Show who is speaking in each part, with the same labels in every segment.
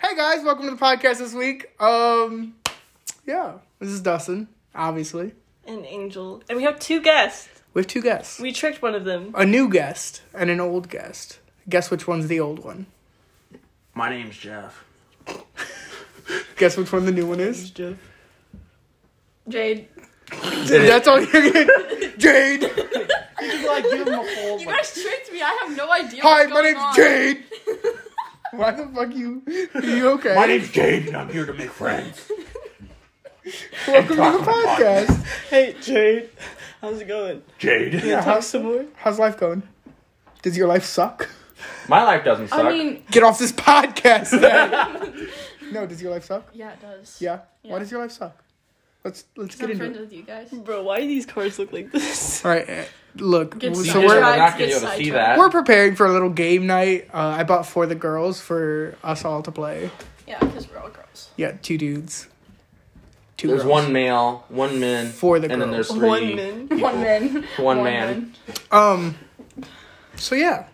Speaker 1: hey guys, welcome to the podcast this week. Um, yeah, this is Dustin, obviously.
Speaker 2: An angel. And we have two guests.
Speaker 1: We have two guests
Speaker 2: We tricked one of them.
Speaker 1: a new guest and an old guest. Guess which one's the old one?
Speaker 3: My name's Jeff.
Speaker 1: Guess which one the new one is?
Speaker 2: Jade.
Speaker 1: That's all you're getting. Jade!
Speaker 4: like give him a whole
Speaker 5: You
Speaker 4: like,
Speaker 5: guys tricked me. I have no idea.
Speaker 1: Hi,
Speaker 5: what's
Speaker 1: my
Speaker 5: going
Speaker 1: name's
Speaker 5: on.
Speaker 1: Jade! Why the fuck you? Are you okay?
Speaker 3: My name's Jade, and I'm here to make friends.
Speaker 1: Welcome to the
Speaker 3: Talk about it.
Speaker 1: podcast.
Speaker 4: Hey Jade, how's it going?
Speaker 3: Jade.
Speaker 1: Yeah,
Speaker 4: Talk
Speaker 1: how's,
Speaker 4: some more.
Speaker 1: how's life going? Does your life suck?
Speaker 3: My life doesn't suck.
Speaker 5: I mean,
Speaker 1: Get off this podcast. then. no, does your life suck?
Speaker 5: yeah, it does.
Speaker 1: Yeah. Why
Speaker 5: Yeah.
Speaker 1: does your life suck? Let's let's
Speaker 5: I'm
Speaker 1: get into
Speaker 5: friends
Speaker 1: it. Hmm.
Speaker 5: with you guys.
Speaker 4: Bro, why do these cards look like this?
Speaker 1: All right. eh, Look,
Speaker 5: Get
Speaker 1: so
Speaker 5: started.
Speaker 3: You're
Speaker 1: we're
Speaker 5: Right.
Speaker 3: not gonna be
Speaker 5: It's
Speaker 3: able to see
Speaker 5: sidetracked.
Speaker 3: that.
Speaker 1: we're preparing for a little game night. Uh, I bought for the girls for us all to play.
Speaker 5: Yeah, because we're all girls.
Speaker 1: Yeah, two dudes. Two
Speaker 3: There's
Speaker 1: girls.
Speaker 3: one male, one men,
Speaker 1: For the
Speaker 3: and then
Speaker 1: girls.
Speaker 3: there's three.
Speaker 4: One man.
Speaker 3: people.
Speaker 5: One man.
Speaker 3: One man.
Speaker 1: Um. So yeah,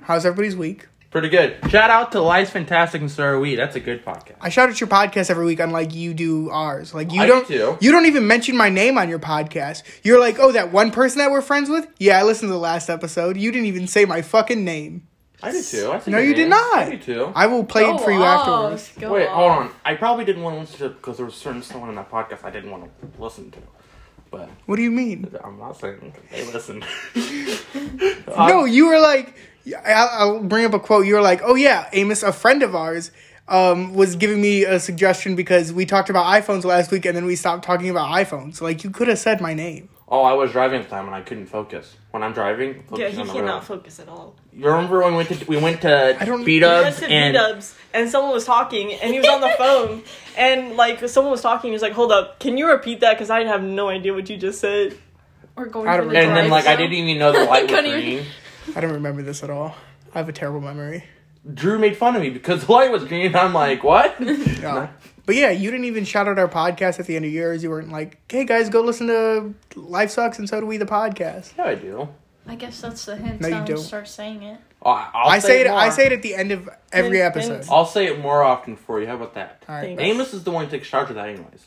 Speaker 1: how's everybody's week?
Speaker 3: Pretty good. Shout out to Life's Fantastic and So Are We. That's a good podcast.
Speaker 1: I shout at your podcast every week, unlike you do ours. Like you
Speaker 3: I do
Speaker 1: don't,
Speaker 3: too.
Speaker 1: you don't even mention my name on your podcast. You're like, oh, that one person that we're friends with. Yeah, I listened to the last episode. You didn't even say my fucking name.
Speaker 3: I did too. That's a
Speaker 1: No,
Speaker 3: good
Speaker 1: you did
Speaker 3: name.
Speaker 1: not.
Speaker 3: I did too.
Speaker 1: I will play it for you afterwards.
Speaker 5: Oh, Go
Speaker 3: Wait,
Speaker 5: off.
Speaker 3: hold on. I probably didn't want to listen to it because there was certain someone in that podcast I didn't want to listen to. But
Speaker 1: What do you mean?
Speaker 3: I'm not saying they listened. Uh,
Speaker 1: no, you were like, I'll, I'll bring up a quote. You were like, oh yeah, Amos, a friend of ours, um, was giving me a suggestion because we talked about iPhones last week and then we stopped talking about iPhones. Like, you could have said my name.
Speaker 3: Oh, I was driving at the time and I couldn't focus. When I'm driving, I'm
Speaker 2: Yeah,
Speaker 3: focusing
Speaker 2: he
Speaker 3: on the
Speaker 2: cannot
Speaker 3: road.
Speaker 2: focus at all.
Speaker 3: You remember when we went to we went to
Speaker 1: I don't-
Speaker 3: B
Speaker 2: We
Speaker 3: Dubs
Speaker 2: went to
Speaker 3: and
Speaker 2: B-dubs and someone was talking and he was on the phone and like someone was talking he was like, hold up, can you repeat that? Because I have no idea what you just said.
Speaker 5: We're going
Speaker 1: I
Speaker 5: to
Speaker 1: don't
Speaker 5: the
Speaker 1: remember.
Speaker 3: and then like I
Speaker 5: drive-thru.
Speaker 3: didn't even know the light was
Speaker 5: Couldn't even-
Speaker 3: green.
Speaker 1: I don't remember this at all. I have a terrible memory.
Speaker 3: Drew made fun of me because the light was green. and I'm like, what?
Speaker 1: Yeah. But yeah, you didn't even shout out our podcast at the end of yours. You weren't like, hey guys, go listen to Life Sucks and So Do We, the podcast.
Speaker 3: yeah, I do.
Speaker 5: I guess that's the hint.
Speaker 1: No, you
Speaker 5: Don't
Speaker 1: don't.
Speaker 5: Start saying it.
Speaker 3: Oh, I- I'll
Speaker 1: I say it.
Speaker 3: more.
Speaker 1: I say it at the end of every
Speaker 2: Then- then-
Speaker 1: episode. All
Speaker 3: I'll say it more often for you. How about that?
Speaker 1: right,
Speaker 2: Thanks.
Speaker 3: Amos is the one who takes charge of that, anyways.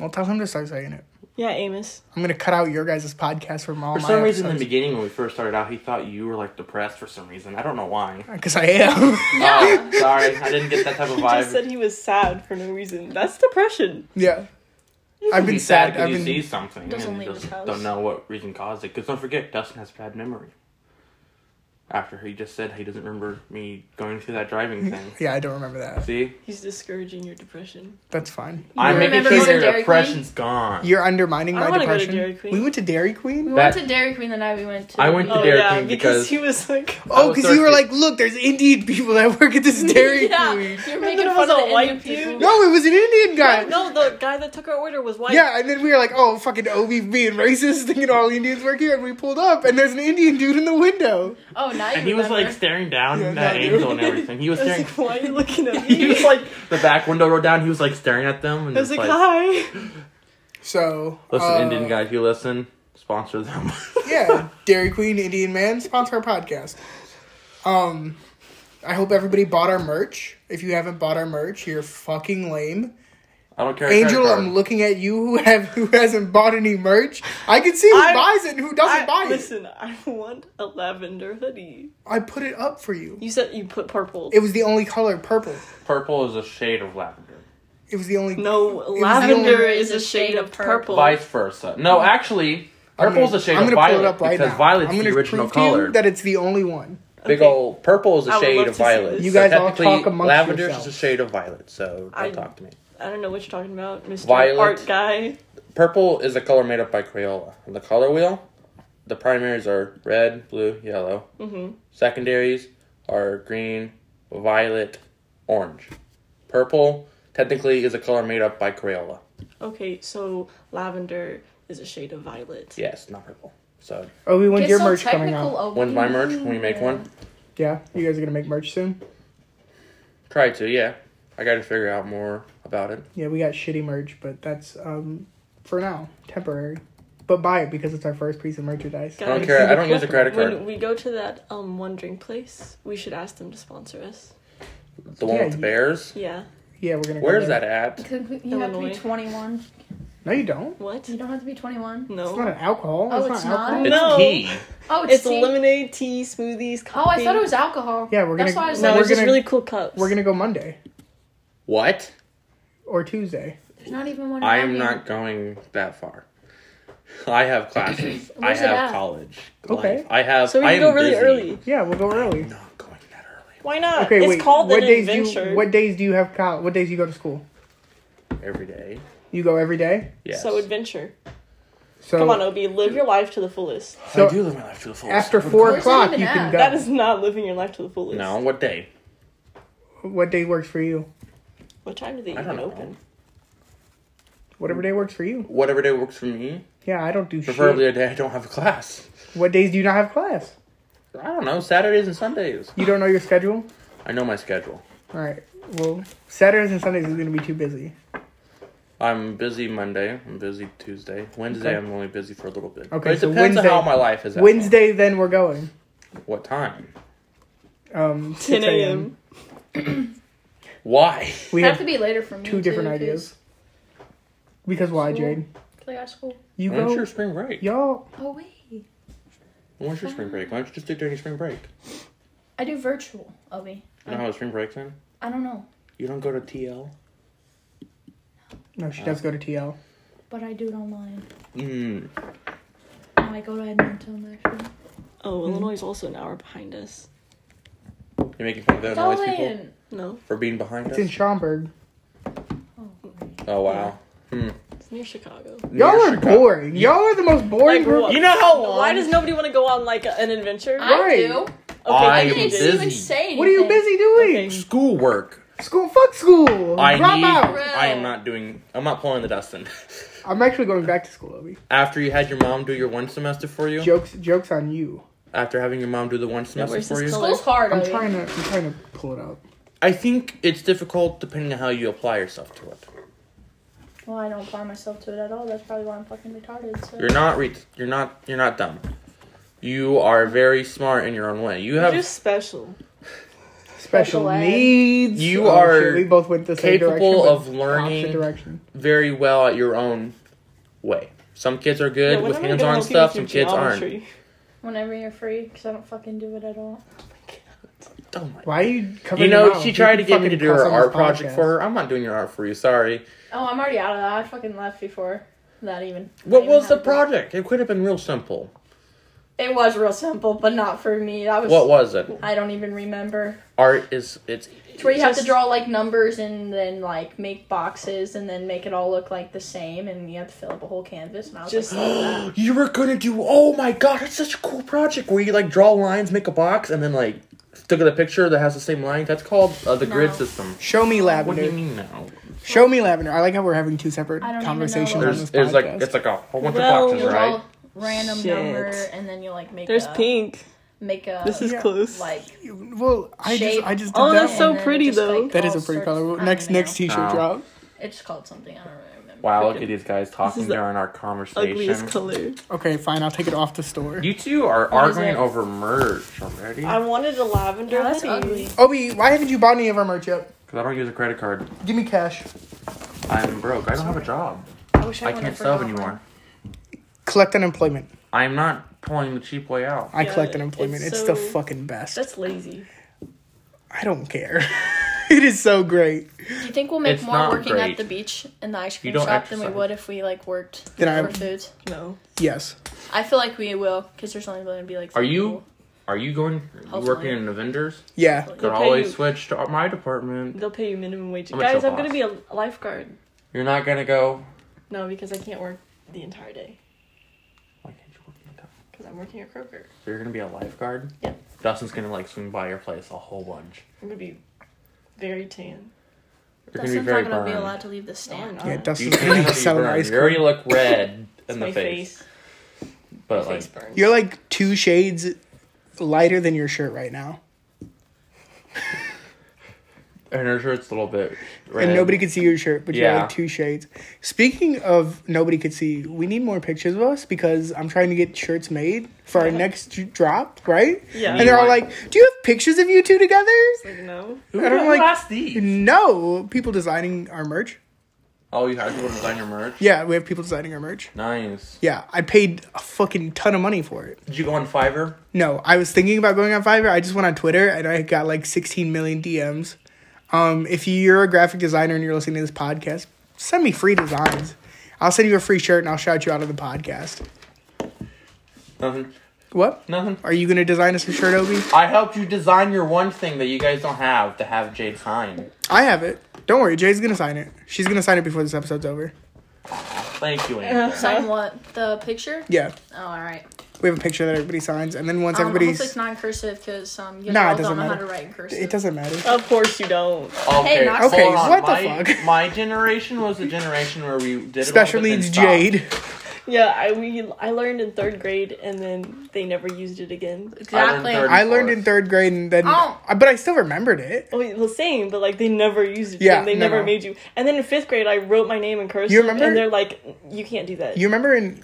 Speaker 1: well, tell him to start saying it.
Speaker 2: Yeah, Amos.
Speaker 1: I'm gonna cut out your guys' podcast from all
Speaker 3: For
Speaker 1: Oh, my
Speaker 3: some reason, in the
Speaker 1: episodes.
Speaker 3: beginning when we first started out, he thought you were like depressed for some reason. I don't know why.
Speaker 1: because I am.
Speaker 3: Oh, sorry, I didn't get that type of
Speaker 2: He just
Speaker 3: vibe.
Speaker 2: said he was sad for no reason. That's depression.
Speaker 1: yeah, I've been
Speaker 3: He's
Speaker 1: sad.
Speaker 3: sad because
Speaker 1: I've
Speaker 3: he
Speaker 1: been
Speaker 3: sees something
Speaker 5: Doesn't
Speaker 3: and he
Speaker 5: leave his
Speaker 3: just
Speaker 5: house.
Speaker 3: don't know what reason caused it. Because don't forget, Dustin has bad memory. After he just said he doesn't remember me going through that driving thing.
Speaker 1: yeah. I don't remember that.
Speaker 3: See,
Speaker 2: He's discouraging your depression.
Speaker 1: That's fine.
Speaker 3: I'm making
Speaker 5: remember
Speaker 3: sure
Speaker 5: going to
Speaker 3: your
Speaker 5: Dairy
Speaker 3: depression's gone.
Speaker 1: You're undermining
Speaker 2: I don't
Speaker 1: my
Speaker 2: wanna go to
Speaker 1: depression.
Speaker 2: Dairy Queen.
Speaker 1: We went to Dairy
Speaker 5: We
Speaker 1: Queen.
Speaker 3: That-
Speaker 5: went to Dairy Queen the night we went to.
Speaker 3: I went to
Speaker 2: Oh
Speaker 3: Dairy
Speaker 2: yeah,
Speaker 3: Queen
Speaker 2: because
Speaker 3: because-
Speaker 2: he was like
Speaker 3: I
Speaker 1: Oh,
Speaker 3: was
Speaker 1: because you were
Speaker 3: thirsty.
Speaker 1: like, look, there's Indian people that work at this Dairy
Speaker 5: yeah,
Speaker 1: Queen.
Speaker 5: you're
Speaker 2: then
Speaker 5: making
Speaker 2: it
Speaker 5: fun
Speaker 2: was
Speaker 5: of
Speaker 2: a
Speaker 5: the
Speaker 2: white
Speaker 5: Indian people.
Speaker 2: dude.
Speaker 1: No, it was an Indian guy.
Speaker 2: No, the guy that took our order was white.
Speaker 1: Yeah, and then we were like, oh, fucking Obi being racist, thinking all Indians work here. And we pulled up, and there's an Indian dude in the window.
Speaker 5: Oh, now you
Speaker 3: and he was like
Speaker 5: remember.
Speaker 3: staring down
Speaker 1: Yeah,
Speaker 3: that
Speaker 1: no, dude.
Speaker 3: angle and everything. He was
Speaker 2: I was
Speaker 3: staring.
Speaker 2: like, why are you looking at me?
Speaker 3: He was like the back window rolled down. He was like staring at them and
Speaker 2: I was
Speaker 3: just
Speaker 2: like,
Speaker 3: like,
Speaker 2: hi.
Speaker 1: So,
Speaker 3: "Listen,
Speaker 1: uh,
Speaker 3: Indian guy, if you listen, sponsor them."
Speaker 1: Yeah, Dairy Queen Indian Man sponsor our podcast. Um, I hope everybody bought our merch. If you haven't bought our merch, you're fucking lame.
Speaker 3: I don't care.
Speaker 1: Angel, I'm looking at you who have who hasn't bought any merch. I can see who
Speaker 2: I-
Speaker 1: buys it and who doesn't
Speaker 2: I-
Speaker 1: buy it.
Speaker 2: listen, I want a lavender hoodie.
Speaker 1: I put it up for you.
Speaker 2: You said you put purple.
Speaker 1: It was the only color, purple.
Speaker 3: Purple is a shade of lavender.
Speaker 1: It was the only
Speaker 2: no,
Speaker 1: was
Speaker 2: lavender is a shade of purple.
Speaker 3: Vice versa. No, actually,
Speaker 1: Oh. I'm
Speaker 3: purple is
Speaker 1: gonna-
Speaker 3: a shade
Speaker 1: I'm
Speaker 3: of
Speaker 1: gonna
Speaker 3: violet
Speaker 1: pull it up right
Speaker 3: because
Speaker 1: now.
Speaker 3: violet's
Speaker 1: I'm
Speaker 3: the
Speaker 1: gonna
Speaker 3: original
Speaker 1: prove to you
Speaker 3: color.
Speaker 1: that it's the only one.
Speaker 3: Big
Speaker 2: Okay.
Speaker 3: old purple is
Speaker 2: I
Speaker 3: a
Speaker 2: would
Speaker 3: shade
Speaker 2: love
Speaker 3: of
Speaker 2: to see
Speaker 3: violet.
Speaker 2: this.
Speaker 1: You guys all
Speaker 3: technically,
Speaker 1: talk amongst
Speaker 3: Lavender's
Speaker 1: yourselves.
Speaker 3: just a shade of violet, so don't
Speaker 2: I-
Speaker 3: talk to me.
Speaker 2: I don't know what you're talking about, Mr.
Speaker 3: Violet.
Speaker 2: Art Guy.
Speaker 3: Purple is a color made up by Crayola. On the color wheel, the primaries are red, blue, yellow.
Speaker 1: Mm-hmm.
Speaker 2: Mhm.
Speaker 3: Secondaries are green, violet, orange. Purple technically is a color made up by Crayola.
Speaker 2: Okay, so lavender is a shade of violet.
Speaker 3: Yes, not purple. So
Speaker 1: Oh, we want
Speaker 5: Get
Speaker 1: your
Speaker 5: so
Speaker 1: merch coming
Speaker 5: technical,
Speaker 1: out.
Speaker 5: Obi.
Speaker 3: when's my merch? When we make one?
Speaker 1: Yeah, you guys are gonna make merch soon.
Speaker 3: Try to, yeah. I gotta figure out more about it.
Speaker 1: Yeah, we got shitty merch, but that's um for now temporary. But buy it because it's our first piece of merchandise.
Speaker 2: Got
Speaker 3: I don't
Speaker 2: Guys,
Speaker 3: care. I don't use a credit card.
Speaker 2: When we go to that um one drink place, we should ask them to sponsor us.
Speaker 3: The one
Speaker 1: Yeah,
Speaker 3: with the
Speaker 1: you-
Speaker 3: bears.
Speaker 2: Yeah.
Speaker 1: Yeah, we're gonna. go
Speaker 3: Where's
Speaker 1: there.
Speaker 3: that at?
Speaker 5: You have to be
Speaker 2: Illinois.
Speaker 5: 21.
Speaker 1: No, you don't.
Speaker 2: What?
Speaker 5: You don't have to be 21.
Speaker 1: It's
Speaker 2: No.
Speaker 1: not an alcohol.
Speaker 5: Oh,
Speaker 1: it's,
Speaker 5: it's
Speaker 1: not,
Speaker 5: not?
Speaker 1: alcohol.
Speaker 3: It's
Speaker 2: No.
Speaker 3: tea.
Speaker 5: Oh, it's,
Speaker 2: It's
Speaker 5: tea.
Speaker 2: lemonade, tea, smoothies,
Speaker 5: Oh,
Speaker 2: coffee.
Speaker 5: I thought it was alcohol.
Speaker 1: Yeah, we're gonna-
Speaker 5: That's why I was
Speaker 1: No,
Speaker 2: No,
Speaker 5: like,
Speaker 1: we're
Speaker 2: it's just
Speaker 1: gonna-
Speaker 2: really cool cups.
Speaker 1: We're gonna go Monday
Speaker 3: What?
Speaker 1: or Tuesday.
Speaker 5: there's not even one.
Speaker 3: I
Speaker 5: around
Speaker 3: am
Speaker 5: here.
Speaker 3: not going that far. I have classes. I
Speaker 5: Where's it
Speaker 3: have
Speaker 5: at?
Speaker 3: college.
Speaker 1: Okay.
Speaker 3: life. I have.
Speaker 2: so we
Speaker 3: I
Speaker 2: can
Speaker 3: am
Speaker 2: go really
Speaker 3: busy.
Speaker 2: early.
Speaker 1: Yeah, we'll go early.
Speaker 3: Not going that early.
Speaker 2: Why not?
Speaker 1: Okay,
Speaker 2: it's
Speaker 1: wait.
Speaker 2: called
Speaker 1: what
Speaker 2: an
Speaker 1: days do
Speaker 2: adventure.
Speaker 1: you, What days do you have college? What days you go to school?
Speaker 3: Every day.
Speaker 1: You go every day.
Speaker 3: Yes.
Speaker 2: So adventure.
Speaker 1: So
Speaker 2: Come on, Obi, live your life to the fullest.
Speaker 1: So-
Speaker 3: I do live my life to the fullest.
Speaker 1: after four
Speaker 5: Where's it
Speaker 1: o'clock,
Speaker 5: even
Speaker 1: you
Speaker 5: at?
Speaker 1: can go.
Speaker 2: That is not living your life to the fullest.
Speaker 3: No. What day?
Speaker 1: what day works for you?
Speaker 2: What time do they
Speaker 3: I
Speaker 2: even
Speaker 3: don't know.
Speaker 2: open?
Speaker 1: Whatever day works for you.
Speaker 3: Whatever day works for me.
Speaker 1: Yeah, I don't do
Speaker 3: Preferably
Speaker 1: shit.
Speaker 3: a day I don't have a class.
Speaker 1: What days do you not have class?
Speaker 3: I don't know. Saturdays and Sundays.
Speaker 1: You don't know your schedule.
Speaker 3: I know my schedule.
Speaker 1: All right. Well, Saturdays and Sundays is gonna be too busy.
Speaker 3: I'm busy Monday. I'm busy Tuesday. Wednesday,
Speaker 1: Okay.
Speaker 3: I'm only busy for a little bit.
Speaker 1: Okay,
Speaker 3: But it
Speaker 1: so
Speaker 3: depends
Speaker 1: Wednesday-
Speaker 3: on how my life is. At
Speaker 1: Wednesday, then we're going.
Speaker 3: What time?
Speaker 1: Um,
Speaker 2: 10
Speaker 1: 6
Speaker 2: a.m.
Speaker 3: Why?
Speaker 1: We
Speaker 5: have
Speaker 1: have
Speaker 5: to be later for me.
Speaker 1: two
Speaker 5: too,
Speaker 1: different ideas. Because why,
Speaker 5: School.
Speaker 1: Jade?
Speaker 5: Cause 'cause I got school.
Speaker 1: You
Speaker 3: When's your
Speaker 1: go.
Speaker 3: spring break?
Speaker 1: Y'all.
Speaker 5: Oh wait,
Speaker 3: When's your spring break? Why don't you just do it during your spring break?
Speaker 5: I do virtual, Obi.
Speaker 3: You
Speaker 1: Uh-huh.
Speaker 3: know how the spring breaks in?
Speaker 5: I don't know,
Speaker 3: You don't go to TL?
Speaker 1: No, she does go to TL.
Speaker 5: but I do it online.
Speaker 3: Mm.
Speaker 5: And I go to Edmonton actually.
Speaker 2: Oh, Illinois is also an hour behind us.
Speaker 3: You're making fun of the Illinois people
Speaker 5: Dylan.
Speaker 2: No,
Speaker 3: for being behind
Speaker 1: It's
Speaker 3: us?
Speaker 1: in Schaumburg.
Speaker 3: oh, wow. Hmm.
Speaker 2: it's near Chicago.
Speaker 1: Y'all
Speaker 3: Near
Speaker 1: are
Speaker 3: Chicago.
Speaker 1: boring. Y'all are the most boring
Speaker 2: Like,
Speaker 1: group.
Speaker 2: what?
Speaker 3: You know how long?
Speaker 2: Why does nobody want to go on like an adventure?
Speaker 5: I
Speaker 1: Right.
Speaker 5: do.
Speaker 2: Okay,
Speaker 3: I
Speaker 5: I
Speaker 3: am
Speaker 5: didn't
Speaker 3: busy.
Speaker 5: even say anything.
Speaker 1: What are you busy doing?
Speaker 2: Okay.
Speaker 3: Schoolwork.
Speaker 1: School, fuck school.
Speaker 3: I
Speaker 1: Drop
Speaker 3: need.
Speaker 1: out.
Speaker 3: I am not doing. I'm not pulling the Dustin.
Speaker 1: I'm actually going back to school, Obi.
Speaker 3: After you had your mom do your one semester for you.
Speaker 1: Jokes, jokes on you.
Speaker 3: After having your mom do the one semester
Speaker 2: where's
Speaker 3: for
Speaker 2: this
Speaker 3: you.
Speaker 2: color?
Speaker 5: School's hard.
Speaker 1: I'm
Speaker 5: Obi.
Speaker 1: trying to. I'm trying to pull it up.
Speaker 3: I think it's difficult depending on how you apply yourself to it.
Speaker 5: Well, I don't apply myself to it at all. That's probably why I'm fucking retarded. So.
Speaker 3: You're not re- you're not you're not dumb. You are very smart in your own way. You
Speaker 2: You're
Speaker 3: have
Speaker 2: just special.
Speaker 1: Special
Speaker 5: Special ed.
Speaker 1: needs.
Speaker 3: You
Speaker 1: Oh,
Speaker 3: are
Speaker 1: shit, we both went the same direction.
Speaker 3: capable
Speaker 1: but
Speaker 3: of learning
Speaker 1: Opposite direction.
Speaker 3: very well at your own way. Some kids are good
Speaker 2: Yeah, when
Speaker 3: with
Speaker 2: am I gonna
Speaker 3: hands-on
Speaker 2: help you
Speaker 3: stuff. Some
Speaker 2: with
Speaker 3: kids
Speaker 2: your
Speaker 3: aren't.
Speaker 2: geometry?
Speaker 5: Whenever you're free, because I don't fucking do it at all.
Speaker 3: Oh my.
Speaker 1: Why are you covering?
Speaker 3: You
Speaker 1: your
Speaker 3: know,
Speaker 1: mouth?
Speaker 3: she tried to
Speaker 1: can
Speaker 3: get me to
Speaker 1: fucking
Speaker 3: do her
Speaker 1: cuss on
Speaker 3: art
Speaker 1: this
Speaker 3: project
Speaker 1: podcast.
Speaker 3: for her. I'm not doing your art for you. Sorry.
Speaker 5: Oh, I'm already out of that. I fucking left before that even.
Speaker 3: What
Speaker 5: even
Speaker 3: was the
Speaker 5: happened.
Speaker 3: project? It could have been real simple.
Speaker 5: It was real simple, but not for me. That was.
Speaker 3: What was it?
Speaker 5: I don't even remember.
Speaker 3: Art is it's
Speaker 5: It's where you have to
Speaker 2: Just-
Speaker 5: draw like numbers and then like make boxes and then make it all look like the same, and you have to fill up a whole canvas. And I was
Speaker 2: Just-
Speaker 5: like, "Fuck that."
Speaker 3: You were gonna do? Oh my god, it's such a cool project where you like draw lines, make a box, and then like look at a picture that has the same line. That's called uh, the grid
Speaker 5: No.
Speaker 3: system.
Speaker 1: Show me
Speaker 3: What do you
Speaker 1: lavender.
Speaker 3: mean now?
Speaker 1: Show me lavender. I like how we're having two separate
Speaker 5: I don't even know
Speaker 1: conversations
Speaker 5: what-
Speaker 1: on
Speaker 3: There's
Speaker 1: this
Speaker 3: it's like
Speaker 1: podcast.
Speaker 3: it's like a whole bunch
Speaker 2: Well,
Speaker 3: of boxes,
Speaker 5: You
Speaker 3: right?
Speaker 5: draw random
Speaker 2: Shit.
Speaker 5: number and then you like make
Speaker 2: There's
Speaker 5: a,
Speaker 2: pink.
Speaker 5: make a
Speaker 2: This is
Speaker 1: Yeah.
Speaker 2: close.
Speaker 5: like
Speaker 1: well, I
Speaker 5: shape.
Speaker 1: just I just did
Speaker 2: Oh,
Speaker 1: that.
Speaker 2: that's so
Speaker 1: one.
Speaker 5: and then it
Speaker 2: pretty,
Speaker 5: just,
Speaker 2: though.
Speaker 5: like,
Speaker 1: that is
Speaker 5: all
Speaker 1: a pretty
Speaker 5: sorts- I
Speaker 1: color.
Speaker 5: don't
Speaker 1: Next
Speaker 5: even know.
Speaker 1: next t-shirt
Speaker 3: Oh.
Speaker 1: drop.
Speaker 5: It's called something I don't really remember.
Speaker 3: Wow, look
Speaker 2: Freaking-
Speaker 3: at these guys
Speaker 2: is
Speaker 3: talking
Speaker 2: the
Speaker 3: during our
Speaker 2: Ugliest
Speaker 3: conversation.
Speaker 2: color.
Speaker 1: Okay, fine. I'll take it off the store.
Speaker 3: You two are
Speaker 5: What is
Speaker 3: arguing
Speaker 5: it?
Speaker 3: over merch already
Speaker 2: I
Speaker 3: because
Speaker 2: wanted a lavender.
Speaker 5: Yeah, that's
Speaker 2: hoodie.
Speaker 5: ugly.
Speaker 1: Obi, why haven't you bought any of our merch yet?
Speaker 3: I don't use a credit card.
Speaker 1: Give me cash.
Speaker 3: I'm broke. I don't have a job.
Speaker 5: I wish I,
Speaker 3: I can't sell anymore.
Speaker 1: Collect unemployment.
Speaker 3: I'm not pulling the cheap way out.
Speaker 1: I
Speaker 2: Yeah,
Speaker 1: collect unemployment. It's,
Speaker 2: it's
Speaker 1: the
Speaker 2: so-
Speaker 1: fucking best.
Speaker 2: That's lazy.
Speaker 1: I don't care. it is so great.
Speaker 5: Do you think we'll make
Speaker 3: It's
Speaker 5: more
Speaker 3: not
Speaker 5: working
Speaker 3: great.
Speaker 5: at the beach in the ice cream
Speaker 3: don't
Speaker 5: shop than
Speaker 3: exercise.
Speaker 5: we would if we like worked
Speaker 1: Then I-
Speaker 5: for food?
Speaker 2: No.
Speaker 1: Yes.
Speaker 5: I feel like we will because there's only going to be like.
Speaker 3: Are
Speaker 5: three
Speaker 3: you?
Speaker 5: people.
Speaker 3: Are you going? Are you
Speaker 5: Hopefully.
Speaker 3: working in the vendors?
Speaker 1: Yeah.
Speaker 3: Could
Speaker 2: Okay,
Speaker 3: always
Speaker 2: you-
Speaker 3: switch to my department.
Speaker 2: They'll pay you minimum wage.
Speaker 3: I'm a
Speaker 2: Guys,
Speaker 3: chill
Speaker 2: I'm gonna
Speaker 3: boss.
Speaker 2: be a lifeguard.
Speaker 3: You're not gonna go.
Speaker 2: No, because I can't work the entire day
Speaker 3: Why can't you work in the town?
Speaker 2: because I'm working at Kroger.
Speaker 3: So you're gonna be a lifeguard.
Speaker 2: Yeah.
Speaker 3: Dustin's gonna like swing by your place a whole bunch.
Speaker 2: I'm gonna be very tan.
Speaker 3: You're
Speaker 5: Dustin's
Speaker 3: gonna be very
Speaker 5: not going to be allowed
Speaker 3: burned.
Speaker 5: to leave the stand.
Speaker 2: not.
Speaker 1: Yeah,
Speaker 2: You
Speaker 1: Dustin's
Speaker 3: You can be
Speaker 1: selling
Speaker 3: burned.
Speaker 1: ice
Speaker 3: You already
Speaker 1: cream.
Speaker 3: look red in
Speaker 2: My
Speaker 3: the face,
Speaker 2: face,
Speaker 3: but
Speaker 2: face
Speaker 3: like
Speaker 2: burns.
Speaker 1: You're like two shades lighter than your shirt right now.
Speaker 3: And her shirt's a little bit red.
Speaker 1: and nobody could see your shirt, but you
Speaker 3: Yeah.
Speaker 1: had like two shades. Speaking of nobody could see, we need more pictures of us because I'm trying to get shirts made for our next j- drop, right?
Speaker 2: Uh-huh. Yeah.
Speaker 1: And they're all like, "Do you have pictures of you two together?"
Speaker 2: Like, no.
Speaker 3: Who,
Speaker 1: I don't
Speaker 3: who
Speaker 1: like-
Speaker 3: asked these?
Speaker 1: No, people designing our merch.
Speaker 3: Oh, you had people design your merch?
Speaker 1: Yeah, we have people designing our merch.
Speaker 3: Nice.
Speaker 1: Yeah, I paid a fucking ton of money for it.
Speaker 3: Did you go on Fiverr?
Speaker 1: No, I was thinking about going on Fiverr. I just went on Twitter and I got like 16 million DMs. Um, if you're a graphic designer and you're listening to this podcast, send me free designs. I'll send you a free shirt and I'll shout you out on the podcast.
Speaker 3: Nothing.
Speaker 1: What?
Speaker 3: Nothing.
Speaker 1: Are you gonna design us a shirt, Obi?
Speaker 3: I helped you design your one thing that you guys don't have to have Jade sign.
Speaker 1: I have it. Don't worry, Jay's gonna sign it. She's gonna sign it before this episode's over.
Speaker 3: Thank you, Anthony.
Speaker 5: Sign what? The picture?
Speaker 1: Yeah,
Speaker 5: Oh, all right.
Speaker 1: we have a picture that everybody signs, and then once
Speaker 5: Um, hopefully
Speaker 1: everybody's,
Speaker 5: it's non-cursive because um, you
Speaker 1: Nah, it
Speaker 5: girls
Speaker 1: doesn't
Speaker 5: don't know how
Speaker 1: matter.
Speaker 5: to write in cursive.
Speaker 1: it doesn't
Speaker 5: Oh.
Speaker 1: matter.
Speaker 2: Of course you don't.
Speaker 5: Hey,
Speaker 3: Okay,
Speaker 5: Knox.
Speaker 3: hold
Speaker 1: Okay,
Speaker 3: on.
Speaker 1: what the
Speaker 3: my,
Speaker 1: fuck?
Speaker 3: My generation was the generation where we did
Speaker 1: Special
Speaker 3: it all, but then
Speaker 1: needs
Speaker 3: stopped.
Speaker 1: Jade.
Speaker 2: Yeah, I we I learned in third grade, and then they never used it again.
Speaker 5: Exactly.
Speaker 3: I learned
Speaker 1: I learned in third grade, and then,
Speaker 5: Oh.
Speaker 1: but I still remembered it.
Speaker 2: Oh, wait, well, same, but like they never used it.
Speaker 1: Yeah,
Speaker 2: Yeah, they
Speaker 1: no,
Speaker 2: never
Speaker 1: no.
Speaker 2: made you. And then in fifth grade, I wrote my name in cursive.
Speaker 1: You remember?
Speaker 2: And they're like, you can't do that.
Speaker 1: You remember in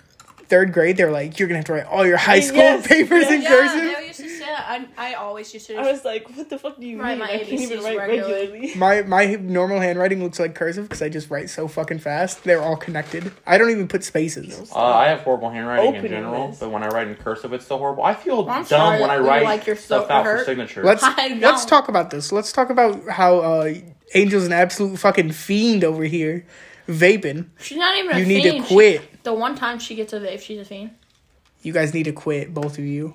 Speaker 1: third grade, they're like, you're gonna have to write all your high school
Speaker 2: Yes.
Speaker 1: papers in
Speaker 5: yeah,
Speaker 1: cursive.
Speaker 5: they used to say that. I, I always used to.
Speaker 2: I was like, what the fuck do you mean?
Speaker 5: Write my
Speaker 2: I can't even
Speaker 5: ABCs
Speaker 2: write
Speaker 5: regularly.
Speaker 2: regularly.
Speaker 1: My my normal handwriting looks like cursive because I just write so fucking fast. They're all connected. I don't even put spaces.
Speaker 3: Uh, I have horrible handwriting in
Speaker 2: Opening
Speaker 3: general,
Speaker 2: this.
Speaker 3: but when I write in cursive, it's still horrible. I feel
Speaker 5: I'm
Speaker 3: dumb
Speaker 5: sorry
Speaker 3: when
Speaker 5: that
Speaker 3: I
Speaker 5: you
Speaker 3: write
Speaker 5: like your
Speaker 3: stuff
Speaker 5: throat
Speaker 3: out for
Speaker 5: hurt.
Speaker 3: signatures.
Speaker 1: Let's
Speaker 5: I know.
Speaker 1: let's talk about this. Let's talk about how uh, Angel's an absolute fucking fiend over here, vaping.
Speaker 5: She's not even.
Speaker 1: You
Speaker 5: a
Speaker 1: need to
Speaker 5: fiend. She-
Speaker 1: quit.
Speaker 5: the one time she gets a vape, she's a fiend.
Speaker 1: You guys need to quit, both of you.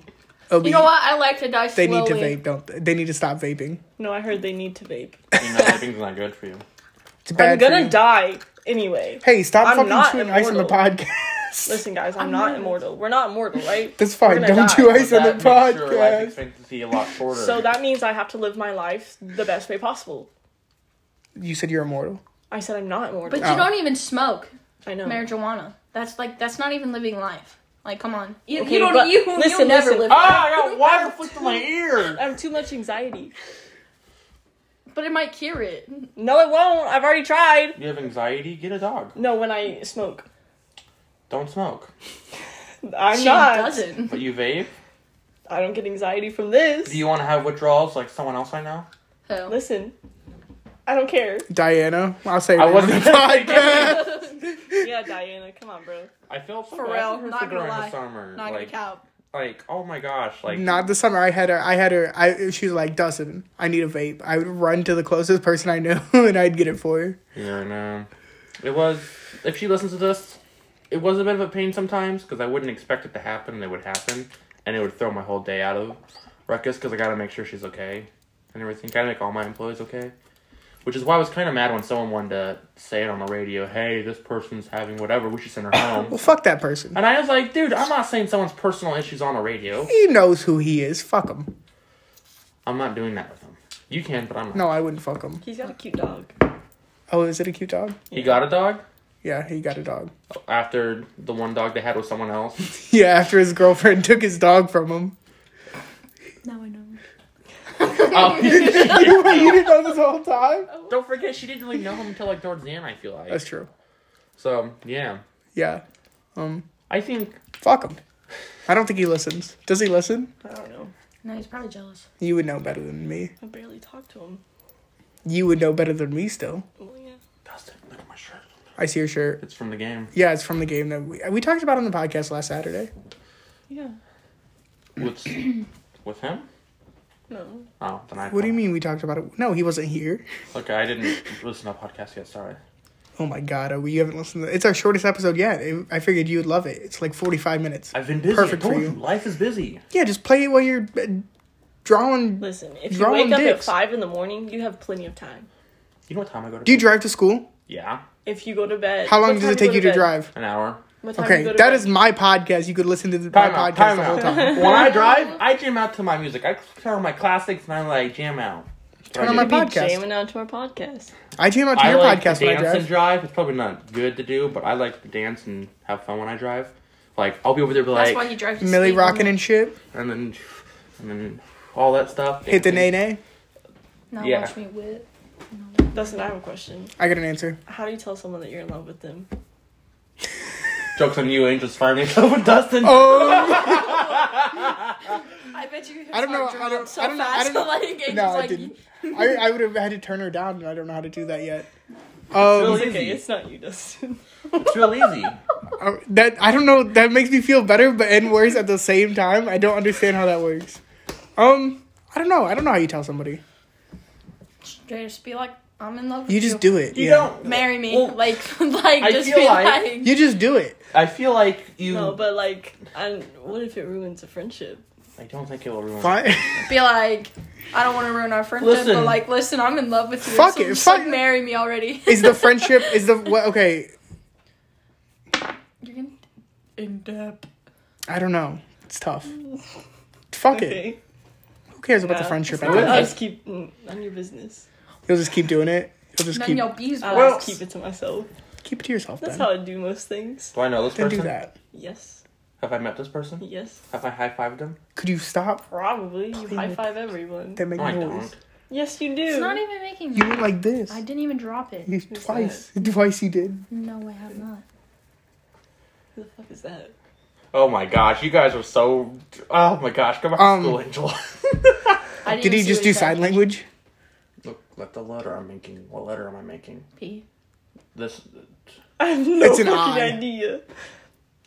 Speaker 1: Obi,
Speaker 5: You know what? I like to die
Speaker 1: they
Speaker 5: slowly.
Speaker 1: need to vape. Don't they? They need to stop vaping.
Speaker 2: No, I heard they need to vape.
Speaker 3: you know, vaping's not good for you.
Speaker 1: It's bad.
Speaker 2: I'm
Speaker 1: for
Speaker 2: gonna
Speaker 1: you.
Speaker 2: die anyway.
Speaker 1: Hey, stop
Speaker 2: I'm
Speaker 1: fucking
Speaker 2: not
Speaker 1: chewing ice on the
Speaker 2: immortal.
Speaker 1: podcast.
Speaker 2: Listen, guys, I'm,
Speaker 5: I'm
Speaker 2: not
Speaker 5: not.
Speaker 2: immortal. We're not immortal, right?
Speaker 1: That's fine.
Speaker 2: We're
Speaker 1: Don't
Speaker 2: gonna die.
Speaker 1: chew ice
Speaker 3: But
Speaker 1: on the
Speaker 3: that makes your life
Speaker 1: podcast.
Speaker 3: expectancy a lot shorter.
Speaker 2: So that means I have to live my life the best way possible.
Speaker 1: You said you're immortal.
Speaker 2: I said I'm not
Speaker 5: But
Speaker 2: immortal.
Speaker 1: Oh.
Speaker 5: you don't even smoke
Speaker 2: I know.
Speaker 5: marijuana. That's like that's not even living life. Like, come on. You,
Speaker 2: Okay,
Speaker 5: you don't.
Speaker 2: but
Speaker 5: You, you
Speaker 2: listen,
Speaker 5: never
Speaker 2: listen.
Speaker 5: live.
Speaker 3: ah, I got water flicked in my ear.
Speaker 2: I have too much anxiety.
Speaker 5: But it might cure it.
Speaker 2: No, it won't. I've already tried.
Speaker 3: You have anxiety? Get a dog.
Speaker 2: No, when I smoke,
Speaker 3: Don't smoke.
Speaker 2: I'm
Speaker 5: she
Speaker 2: not.
Speaker 5: doesn't.
Speaker 3: But you vape?
Speaker 2: I don't get anxiety from this.
Speaker 3: Do you want to have withdrawals like someone else I know?
Speaker 5: So.
Speaker 2: Listen, I don't care.
Speaker 1: Diana, I'll say.
Speaker 3: I
Speaker 1: her
Speaker 3: wasn't
Speaker 1: name.
Speaker 2: Yeah, Diana, come on, bro.
Speaker 3: I felt so
Speaker 5: For
Speaker 3: bad
Speaker 5: real,
Speaker 3: for her
Speaker 5: not
Speaker 3: for
Speaker 5: gonna
Speaker 3: during the
Speaker 5: lie.
Speaker 3: summer.
Speaker 5: Not gonna
Speaker 3: like,
Speaker 5: count.
Speaker 3: like, oh my gosh, like
Speaker 1: Not this summer. I had her. I had her. I she was like Dustin. I need a vape. I would run to the closest person I know and I'd get it for her.
Speaker 3: Yeah, no. It was. If she listens to this, it was a bit of a pain sometimes because I wouldn't expect it to happen, and it would happen, and it would throw my whole day out of ruckus because I gotta make sure she's okay and everything. Gotta make all my employees okay. Which is why I was kind of mad when someone wanted to say it on the radio, hey, this person's having whatever, we should send her
Speaker 1: Well,
Speaker 3: home.
Speaker 1: fuck that person.
Speaker 3: and I was like, dude, I'm not saying someone's personal issues on the radio.
Speaker 1: He knows who he is. Fuck him.
Speaker 3: I'm not doing that with him. You can, but I'm not.
Speaker 1: No, I wouldn't fuck him.
Speaker 2: He's got a cute dog.
Speaker 1: Oh, is it a cute dog?
Speaker 3: He got a dog
Speaker 1: Yeah, he got a dog.
Speaker 3: after the one dog they had with someone else.
Speaker 1: Yeah, after his girlfriend took his dog from him.
Speaker 5: Now I know.
Speaker 3: Oh.
Speaker 1: you didn't know this whole time.
Speaker 3: Don't forget, she didn't really know him until like towards the end. I feel like
Speaker 1: That's true.
Speaker 3: so. Yeah,
Speaker 1: Yeah. Um.
Speaker 3: I think
Speaker 1: Fuck him. I don't think he listens. Does he listen?
Speaker 2: I don't know.
Speaker 5: No, he's probably jealous.
Speaker 1: You would know better than me.
Speaker 2: I barely talk to him.
Speaker 1: You would know better than me. Still,
Speaker 2: Well, Oh, yeah.
Speaker 3: Dustin, look at my shirt.
Speaker 1: I see your shirt.
Speaker 3: It's from the game.
Speaker 1: Yeah, it's from the game that we, we talked about on the podcast last Saturday.
Speaker 2: Yeah.
Speaker 3: With with him?
Speaker 2: No.
Speaker 3: Oh, then I.
Speaker 1: What do you mean we talked about it? No, he wasn't here.
Speaker 3: Okay, I didn't listen to podcasts yet. Sorry.
Speaker 1: Oh my god, Obi, you haven't listened to It's our shortest episode yet. It- I figured you would love it. It's like 45 minutes.
Speaker 3: I've been busy.
Speaker 1: Perfect
Speaker 3: Perfect
Speaker 1: for
Speaker 3: for
Speaker 1: you.
Speaker 3: Life is busy.
Speaker 1: Yeah, just play it while you're uh, drawing.
Speaker 2: Listen, if you
Speaker 1: Draw
Speaker 2: wake
Speaker 1: them
Speaker 2: up at
Speaker 1: dicks.
Speaker 2: five in the morning, you have plenty of time.
Speaker 3: You know what time I go to?
Speaker 1: Do you
Speaker 3: bed?
Speaker 1: drive to school?
Speaker 3: Yeah,
Speaker 2: If you go to bed,
Speaker 1: How long
Speaker 2: What
Speaker 1: does it
Speaker 2: time
Speaker 1: take you to
Speaker 2: go bed?
Speaker 1: drive?
Speaker 3: an hour.
Speaker 2: What time
Speaker 1: Okay,
Speaker 2: you go to
Speaker 1: that
Speaker 2: bed?
Speaker 1: is my podcast. You could listen to the, my
Speaker 3: Time out,
Speaker 1: podcast
Speaker 3: time
Speaker 1: the whole
Speaker 3: out.
Speaker 1: time.
Speaker 3: when I drive, I jam out to my music. I turn on my classics and I like jam out.
Speaker 1: Turn on my
Speaker 2: Be
Speaker 1: podcast.
Speaker 2: jamming out to our podcast.
Speaker 1: I jam out to
Speaker 3: I
Speaker 1: your
Speaker 3: like
Speaker 1: podcast
Speaker 3: to
Speaker 1: when I
Speaker 3: dance and
Speaker 1: drive.
Speaker 3: drive. It's probably not good to do, but I like to dance and have fun when I drive. Like I'll be over there, be
Speaker 5: That's
Speaker 3: like,
Speaker 5: why he drives. to
Speaker 1: Millie
Speaker 5: sleep all
Speaker 1: rocking
Speaker 5: night.
Speaker 1: and shit.
Speaker 3: and then, and then all that stuff.
Speaker 1: Hit the
Speaker 3: dancing.
Speaker 1: nay nay.
Speaker 5: Now
Speaker 3: Yeah.
Speaker 5: watch me whip.
Speaker 2: Dustin, I have a question.
Speaker 1: I got an answer.
Speaker 2: How do you tell someone that you're in love with them?
Speaker 3: Jokes on you, Angel's finding yourself with Dustin.
Speaker 1: Oh
Speaker 5: I bet you.
Speaker 1: I don't know- I don't-
Speaker 5: so
Speaker 1: I don't know- I
Speaker 5: fast,
Speaker 1: don't-
Speaker 5: like, it's
Speaker 1: no,
Speaker 5: just
Speaker 1: I
Speaker 5: like,
Speaker 1: didn't. I, I would have had to turn her down, and I don't know how to do that yet. Um,
Speaker 2: Well, it's okay.
Speaker 3: easy.
Speaker 2: It's not you, Dustin.
Speaker 3: It's real easy.
Speaker 1: uh, that I don't know. That makes me feel better, but and worse at the same time. I don't understand how that works. Um, I don't know. I don't know how you tell somebody.
Speaker 5: Just be like, I'm in love. with
Speaker 1: You just do it.
Speaker 3: You
Speaker 1: yeah.
Speaker 3: don't
Speaker 5: Marry me,
Speaker 3: Well,
Speaker 5: like, like
Speaker 3: I
Speaker 5: just
Speaker 3: feel
Speaker 5: be
Speaker 3: like-
Speaker 5: like.
Speaker 1: You just do it.
Speaker 3: I feel like you.
Speaker 2: No, but like, I, what if it ruins a friendship?
Speaker 3: I don't think it will ruin.
Speaker 1: Fine.
Speaker 5: be like, I don't want to ruin our friendship,
Speaker 3: Listen.
Speaker 5: but like, listen, I'm in love with you.
Speaker 1: Fuck
Speaker 5: so
Speaker 1: it,
Speaker 5: Just,
Speaker 1: fuck
Speaker 5: like,
Speaker 1: it.
Speaker 5: marry me already.
Speaker 1: is the friendship? Is the what? Okay,
Speaker 5: You're gonna in depth.
Speaker 1: I don't know. It's tough. Fuck it. Who cares about the
Speaker 2: Yeah.
Speaker 1: friendship?
Speaker 3: It's not
Speaker 1: Anyway?
Speaker 2: I'll
Speaker 3: Okay.
Speaker 2: just keep mm, on your business.
Speaker 1: You'll just keep doing it. You'll just
Speaker 5: None
Speaker 1: keep
Speaker 5: your bees.
Speaker 2: I'll
Speaker 3: Well-
Speaker 2: just keep it to myself.
Speaker 1: keep it to yourself.
Speaker 2: That's
Speaker 1: Then.
Speaker 2: how I do most things.
Speaker 3: Do I know this
Speaker 1: then
Speaker 3: person?
Speaker 1: do that.
Speaker 2: Yes.
Speaker 3: Have I met this person?
Speaker 2: Yes.
Speaker 3: Have I high fived them?
Speaker 1: Could you stop?
Speaker 2: Probably. You
Speaker 1: Probably
Speaker 2: high
Speaker 1: would.
Speaker 2: five everyone.
Speaker 1: That make
Speaker 3: No, I
Speaker 1: noise.
Speaker 3: don't.
Speaker 2: Yes, you do.
Speaker 5: It's not even making.
Speaker 1: You went like this.
Speaker 5: I didn't even drop it.
Speaker 1: You
Speaker 2: Who's
Speaker 1: twice. Twice you did.
Speaker 5: No, I have not.
Speaker 1: e-
Speaker 2: Who the fuck is that?
Speaker 3: Oh my gosh, you guys are so. Oh my gosh, come on,
Speaker 1: Um,
Speaker 3: school angel.
Speaker 5: I didn't
Speaker 1: Did he
Speaker 5: even see
Speaker 1: just
Speaker 5: what
Speaker 1: do
Speaker 5: said.
Speaker 1: sign language?
Speaker 3: Look, look the letter I'm making. What letter am I making?
Speaker 5: P.
Speaker 3: This.
Speaker 2: I have no
Speaker 1: It's an
Speaker 2: fucking
Speaker 1: eye.
Speaker 2: idea.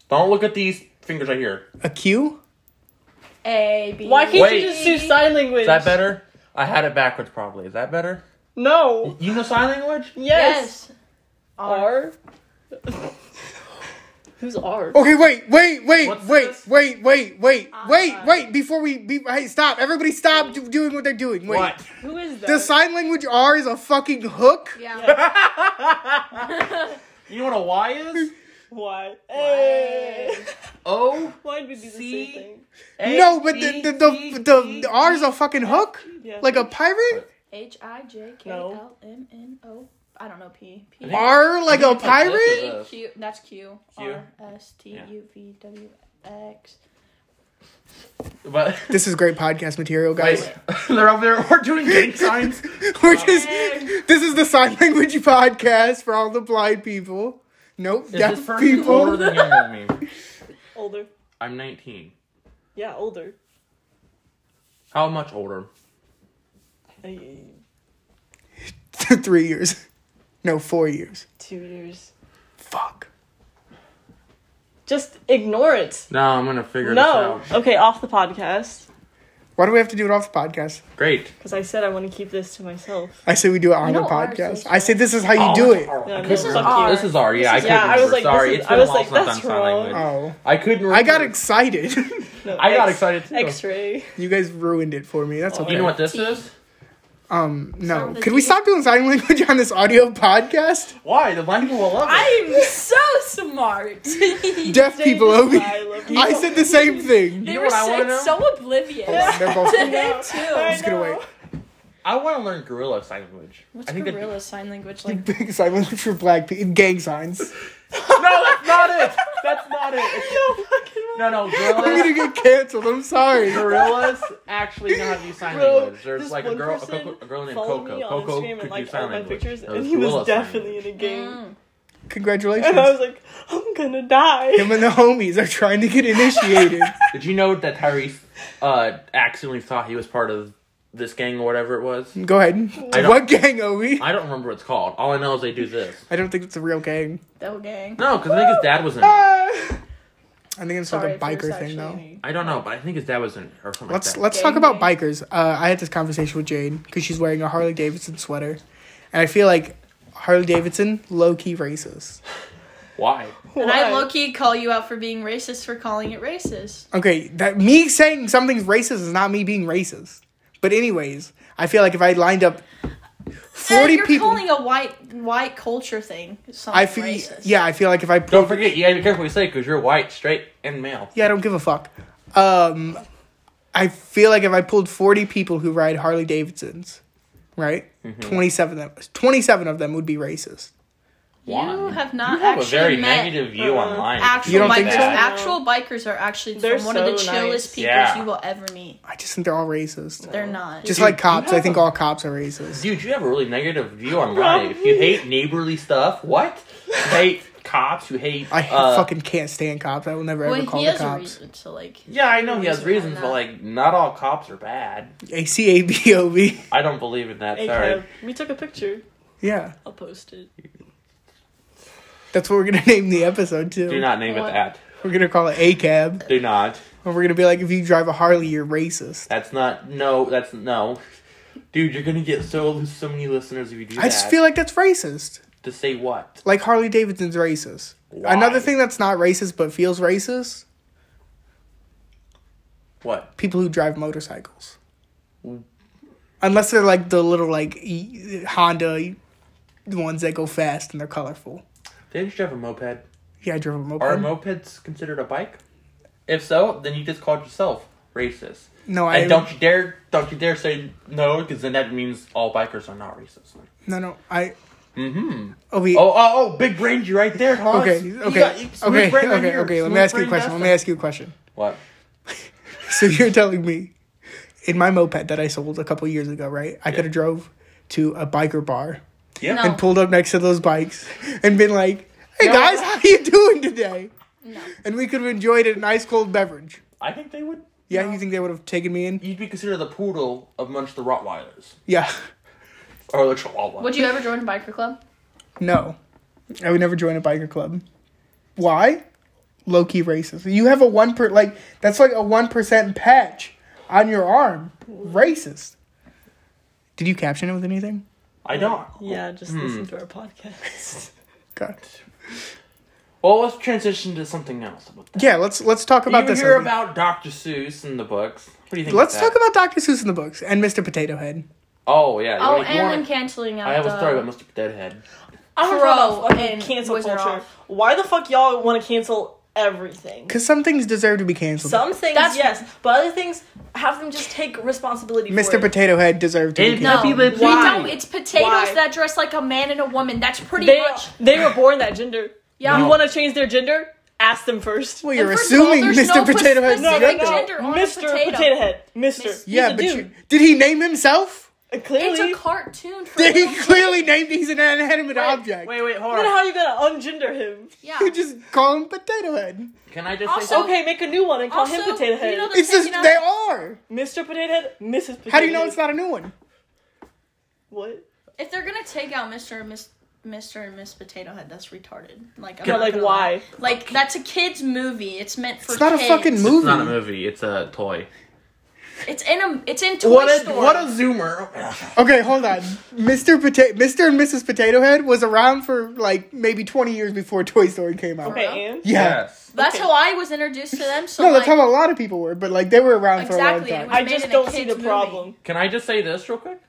Speaker 3: Don't look at these fingers right here.
Speaker 1: A Q?
Speaker 5: A B.
Speaker 2: Why can't
Speaker 3: Wait.
Speaker 2: you just do sign language?
Speaker 3: Is that better? I had it backwards, probably. Is that better?
Speaker 2: No.
Speaker 3: You know sign language?
Speaker 2: Yes.
Speaker 5: Yes.
Speaker 2: R. Who's R?
Speaker 1: Okay, wait, wait, wait,
Speaker 3: What's
Speaker 1: wait,
Speaker 3: this?
Speaker 1: wait, wait, wait, wait,
Speaker 5: Uh,
Speaker 1: wait. Before we, be, hey, stop! Everybody, stop do- doing what they're doing. Wait,
Speaker 3: What?
Speaker 2: Who is that?
Speaker 1: the sign language R is a fucking hook.
Speaker 5: Yeah.
Speaker 3: You know what a Y is?
Speaker 2: Why? Hey.
Speaker 3: O.
Speaker 2: Why'd we do the same
Speaker 3: See?
Speaker 2: thing?
Speaker 1: no, but the the the, the, the
Speaker 3: E.
Speaker 1: R is a fucking hook,
Speaker 2: Yeah.
Speaker 1: like a pirate.
Speaker 5: H I J K
Speaker 2: No.
Speaker 5: L M N O. I don't know P. P.
Speaker 3: think-
Speaker 1: R like a
Speaker 3: think that's it.
Speaker 1: pirate.
Speaker 3: Yes.
Speaker 5: Q. That's Q.
Speaker 3: Q.
Speaker 5: R S T
Speaker 3: Yeah.
Speaker 5: U V W X.
Speaker 3: But
Speaker 1: This is great podcast material, guys.
Speaker 3: wait, they're up there. We're doing gang signs.
Speaker 1: We're just this is the sign language podcast for all the blind people. Nope,
Speaker 3: Is
Speaker 1: deaf
Speaker 3: this person older
Speaker 1: people.
Speaker 3: than younger than me?
Speaker 2: Older.
Speaker 3: I'm 19.
Speaker 2: Yeah, older.
Speaker 3: How much older?
Speaker 2: I-
Speaker 1: Three years, no, four years.
Speaker 2: two years.
Speaker 1: Fuck.
Speaker 2: Just ignore it.
Speaker 3: No, I'm gonna figure
Speaker 2: No.
Speaker 3: this out.
Speaker 2: Okay, off the podcast.
Speaker 1: Why do we have to do it off the podcast?
Speaker 3: Great.
Speaker 2: Because I said I want to keep this to myself.
Speaker 1: I say we do it on
Speaker 5: You know
Speaker 1: the
Speaker 5: ours
Speaker 1: podcast.
Speaker 5: is
Speaker 1: I say Oh. this is how
Speaker 3: Oh,
Speaker 1: you do it.
Speaker 2: Yeah,
Speaker 3: I
Speaker 2: this
Speaker 3: couldn't
Speaker 2: is
Speaker 3: remember.
Speaker 5: R.
Speaker 3: This is R. Yeah, I
Speaker 5: This is-
Speaker 2: yeah,
Speaker 3: couldn't.
Speaker 2: I was
Speaker 3: remember.
Speaker 2: like,
Speaker 3: sorry.
Speaker 2: this is-
Speaker 3: it's
Speaker 2: I
Speaker 3: been
Speaker 2: was
Speaker 3: a while
Speaker 2: like,
Speaker 3: since I've
Speaker 2: that's
Speaker 3: done sign
Speaker 2: wrong.
Speaker 3: language.
Speaker 1: Oh,
Speaker 3: I couldn't.
Speaker 1: I got
Speaker 3: remember.
Speaker 1: excited.
Speaker 2: No,
Speaker 3: I got
Speaker 2: X-
Speaker 3: excited too.
Speaker 2: X-ray.
Speaker 1: you guys ruined it for me. That's okay.
Speaker 3: Oh, You know what this is?
Speaker 1: Um,
Speaker 5: Start
Speaker 1: no.
Speaker 5: with a
Speaker 1: Could we
Speaker 5: G.
Speaker 1: stop doing sign language on this audio podcast?
Speaker 3: Why? The blind people will love it.
Speaker 5: I'm so smart. they
Speaker 1: Deaf people, Obi.
Speaker 2: I love you.
Speaker 1: I said the same thing. Oh,
Speaker 3: You know
Speaker 5: were
Speaker 3: what I wanna
Speaker 5: so,
Speaker 3: know?
Speaker 5: so oblivious
Speaker 1: They're both.
Speaker 5: to
Speaker 1: I'm
Speaker 5: him too.
Speaker 1: just gonna wait.
Speaker 3: I want to learn gorilla sign language.
Speaker 5: What's
Speaker 3: I think that-
Speaker 5: gorilla sign language like?
Speaker 1: Big sign language for black people. Gang signs.
Speaker 3: No, that's not it. That's not it. It's- no, no,
Speaker 1: I'm gonna
Speaker 3: gorillas.
Speaker 1: get canceled. I'm sorry.
Speaker 3: Gorillas actually know how to do sign
Speaker 2: Bro,
Speaker 3: language. There's
Speaker 2: this
Speaker 3: like a
Speaker 2: one
Speaker 3: girl, a,
Speaker 2: person
Speaker 3: coco- a girl named
Speaker 2: Follow
Speaker 3: Coco.
Speaker 2: me on Instagram
Speaker 3: Coco could
Speaker 2: and
Speaker 3: do
Speaker 2: like
Speaker 3: sign
Speaker 2: all my
Speaker 3: language.
Speaker 2: pictures,
Speaker 3: That
Speaker 2: and he was
Speaker 3: gorilla sign
Speaker 2: definitely
Speaker 3: language.
Speaker 6: Mm.
Speaker 2: in a game.
Speaker 5: Mm,
Speaker 1: Congratulations.
Speaker 2: And I was like, I'm gonna die.
Speaker 1: Him and the homies are trying to get initiated.
Speaker 3: Did you know that Tyrese uh, accidentally thought he was part of this gang or whatever it was?
Speaker 1: Go ahead.
Speaker 3: I don't-
Speaker 1: What gang are we?
Speaker 3: I don't remember what it's called. All I know is they do this.
Speaker 1: I don't think it's a real gang.
Speaker 5: That gang.
Speaker 3: No, because I think his dad was in it.
Speaker 1: I think it's
Speaker 5: Sorry,
Speaker 1: like a
Speaker 5: if
Speaker 1: biker
Speaker 5: there's actually
Speaker 1: thing, though.
Speaker 5: any-
Speaker 3: I don't know, but I think his dad was in it or something
Speaker 1: Let's
Speaker 3: like
Speaker 1: let's talk
Speaker 5: Gang
Speaker 1: about
Speaker 5: gang.
Speaker 1: bikers. Uh, I had this conversation with Jade because she's wearing a Harley Davidson sweater, and I feel like Harley Davidson low key racist.
Speaker 3: that. Why?
Speaker 5: And
Speaker 2: Why?
Speaker 5: I low key call you out for being racist for calling it racist.
Speaker 1: Okay, that me saying something's racist is not me being racist. But anyways, I feel like if I lined up forty
Speaker 5: Hey, you're
Speaker 1: people,
Speaker 5: calling a white white culture thing something
Speaker 1: I feel
Speaker 5: racist.
Speaker 1: yeah, I feel like if I
Speaker 3: Don't forget, you gotta be careful what you say because you're white, straight, and male.
Speaker 1: Yeah, I don't give a fuck. Um, I feel like if I pulled 40 people who ride Harley Davidsons, right? 27 of them 27 of them would be racist.
Speaker 3: Why?
Speaker 6: You have
Speaker 3: You
Speaker 6: not
Speaker 3: have a
Speaker 6: actually
Speaker 3: very
Speaker 6: met
Speaker 3: negative view
Speaker 2: uh,
Speaker 3: on life.
Speaker 6: actual
Speaker 1: You don't think
Speaker 6: bikers.
Speaker 1: so?
Speaker 6: Actual bikers are actually
Speaker 2: They're
Speaker 6: some- one of the
Speaker 2: so
Speaker 6: chillest
Speaker 2: nice.
Speaker 6: people
Speaker 3: Yeah.
Speaker 6: you will ever meet.
Speaker 1: I just think they're all racist.
Speaker 6: They're not.
Speaker 1: Just
Speaker 3: Dude,
Speaker 1: like cops,
Speaker 3: you
Speaker 1: I
Speaker 3: have
Speaker 1: think
Speaker 3: a-
Speaker 1: all cops are racist.
Speaker 3: Dude, you have a really negative view on life. You hate neighborly stuff. What? You hate cops. You hate.
Speaker 1: I
Speaker 3: uh,
Speaker 1: fucking can't stand cops. I will never ever
Speaker 6: well,
Speaker 1: call
Speaker 6: he
Speaker 1: the
Speaker 6: has a
Speaker 1: cops.
Speaker 6: reason to like.
Speaker 3: Yeah, I know he has
Speaker 6: Reason behind
Speaker 3: reasons, but
Speaker 6: that.
Speaker 3: like, not all cops are bad.
Speaker 1: A C A B O B.
Speaker 3: I don't believe in that.
Speaker 2: Hey,
Speaker 3: Sorry.
Speaker 2: Kev, we took a picture.
Speaker 1: Yeah,
Speaker 6: I'll post it.
Speaker 1: that's what we're gonna name the episode too.
Speaker 3: Do not name it
Speaker 6: What?
Speaker 3: that.
Speaker 1: We're gonna call it A cab,
Speaker 3: Do not.
Speaker 1: and we're gonna be like, if you drive a Harley, you're racist.
Speaker 3: That's not. No. That's no. Dude, you're gonna get so so many listeners if you do that.
Speaker 1: I just feel like that's racist.
Speaker 3: to say what?
Speaker 1: Like Harley Davidson's racist.
Speaker 3: Why?
Speaker 1: Another thing that's not racist but feels racist:
Speaker 3: What?
Speaker 1: people who drive motorcycles. Unless they're like the little like e- Honda e- ones that go fast and they're colorful.
Speaker 3: Didn't you drive a moped?
Speaker 1: Yeah, I drove a moped.
Speaker 3: Are mopeds considered a bike? If so, then you just called yourself racist.
Speaker 1: no, I
Speaker 3: And don't you dare, don't you dare say no, because then that means all bikers are not racist.
Speaker 1: No, no, I.
Speaker 3: Mm-hmm.
Speaker 1: Oh, we,
Speaker 3: Oh, oh, oh, big brain, you right there, Thomas.
Speaker 1: okay,
Speaker 3: You
Speaker 1: okay,
Speaker 3: got- you- smooth
Speaker 1: okay,
Speaker 3: brain right
Speaker 1: okay,
Speaker 3: here.
Speaker 1: okay. Let me
Speaker 3: Smooth
Speaker 1: ask you a
Speaker 3: brain
Speaker 1: question. Let me
Speaker 3: master.
Speaker 1: ask you a question.
Speaker 3: What?
Speaker 1: So you're telling me, in my moped that I sold a couple years ago, right? I could have drove to a biker bar
Speaker 3: Yeah.
Speaker 6: No.
Speaker 1: and pulled up next to those bikes and been like, "Hey guys, how you doing today?"
Speaker 6: No.
Speaker 1: And we could have enjoyed an ice cold beverage.
Speaker 3: I think they would.
Speaker 1: Yeah, you think they would have taken me in?
Speaker 3: You'd be considered the poodle amongst the Rottweilers
Speaker 1: Yeah,
Speaker 3: or the Chihuahua.
Speaker 5: Would you ever join a biker club?
Speaker 1: no, I would never join a biker club. Why? Low key racist. You have a one per like that's like a one percent patch on your arm. Racist. Did you caption it with anything?
Speaker 3: I don't.
Speaker 2: Yeah, just
Speaker 3: Hmm.
Speaker 2: listen to our podcast.
Speaker 1: Okay.
Speaker 3: Well, let's transition to something else. About that.
Speaker 1: Yeah, let's let's talk about
Speaker 3: you
Speaker 1: this.
Speaker 3: hear
Speaker 1: Obi.
Speaker 3: about Dr. Seuss in the books. What do you think?
Speaker 1: let's
Speaker 3: about
Speaker 1: talk about Dr. Seuss in the books and Mr. Potato Head.
Speaker 3: About- oh yeah. you
Speaker 5: Oh,
Speaker 3: wanna- you
Speaker 5: and
Speaker 3: wanna-
Speaker 5: then canceling out.
Speaker 3: I have
Speaker 5: the,
Speaker 3: a story about Mr. Potato Head.
Speaker 2: I want to
Speaker 6: Crow
Speaker 2: talk about fucking
Speaker 6: and
Speaker 2: cancel
Speaker 6: Wizard
Speaker 2: culture.
Speaker 6: Off.
Speaker 2: Why the fuck y'all want to cancel everything?
Speaker 1: Because some things deserve to be canceled.
Speaker 2: Some things,
Speaker 6: That's-
Speaker 2: yes, but other things, have them just take responsibility. for
Speaker 1: Mr.
Speaker 2: it.
Speaker 1: Potato Head deserved to be
Speaker 3: It-
Speaker 1: canceled.
Speaker 5: No,
Speaker 3: Happy
Speaker 5: we
Speaker 3: Lip
Speaker 5: don't.
Speaker 3: Why?
Speaker 5: It's potatoes
Speaker 2: Why?
Speaker 5: that dress like a man and a woman. That's pretty
Speaker 2: They,
Speaker 5: much.
Speaker 2: they were born that gender.
Speaker 5: Yeah.
Speaker 2: You want to change their gender? Ask them first.
Speaker 1: Well, you're
Speaker 5: And first of all,
Speaker 1: assuming
Speaker 5: there's
Speaker 1: Mr.
Speaker 5: no
Speaker 1: Potato Head's
Speaker 5: specific
Speaker 1: gender.
Speaker 5: gender on a
Speaker 2: Mr.
Speaker 5: potato.
Speaker 2: Head. Mr.
Speaker 1: Yeah,
Speaker 2: He's a
Speaker 1: but you,
Speaker 2: dude.
Speaker 1: did he name himself?
Speaker 2: Uh, Clearly.
Speaker 5: It's a cartoon. For
Speaker 1: He
Speaker 5: little
Speaker 1: clearly named he's an inanimate object.
Speaker 3: Wait, wait, hold
Speaker 2: Then
Speaker 3: on.
Speaker 2: how you gonna ungender him?
Speaker 5: kids. Yeah.
Speaker 1: You just call him Potato Head.
Speaker 3: Can I just
Speaker 5: Also-
Speaker 3: say something?
Speaker 2: Okay, make a new one and call him
Speaker 5: Also,
Speaker 2: Potato Head.
Speaker 5: you know the-
Speaker 1: It's just,
Speaker 5: You know-
Speaker 1: they are.
Speaker 2: Mr. Potato Head, Mrs. Potato
Speaker 1: How do you know
Speaker 2: Head.
Speaker 1: it's not a new one?
Speaker 2: What?
Speaker 6: If they're gonna take out Mr. and Miss Mr. and Miss Potato Head, that's retarded. Like, I'm
Speaker 2: But
Speaker 6: not
Speaker 2: like,
Speaker 6: gonna lie.
Speaker 2: why?
Speaker 6: Like, that's a kids' movie. It's meant for.
Speaker 1: It's not a
Speaker 6: kids.
Speaker 1: fucking
Speaker 3: It's
Speaker 1: movie.
Speaker 3: not a movie. It's a toy.
Speaker 6: It's in a. It's in Toy
Speaker 3: What a
Speaker 6: Story.
Speaker 3: what a zoomer.
Speaker 1: Okay, hold on. Mr. Potato, Mr. and Mrs. Potato Head was around for like maybe 20 years before Toy Story came out.
Speaker 2: Okay,
Speaker 6: Bro.
Speaker 2: and?
Speaker 1: Yeah.
Speaker 6: That's
Speaker 2: Okay.
Speaker 6: how I was introduced to them. So
Speaker 1: No,
Speaker 6: like,
Speaker 1: that's how a lot of people were, but like they were around
Speaker 6: Exactly,
Speaker 1: for a long
Speaker 6: and
Speaker 1: time.
Speaker 6: it
Speaker 2: I
Speaker 6: made
Speaker 2: just
Speaker 6: in a
Speaker 2: don't see
Speaker 6: kid's
Speaker 2: the
Speaker 6: movie.
Speaker 2: problem.
Speaker 3: Can I just say this real quick?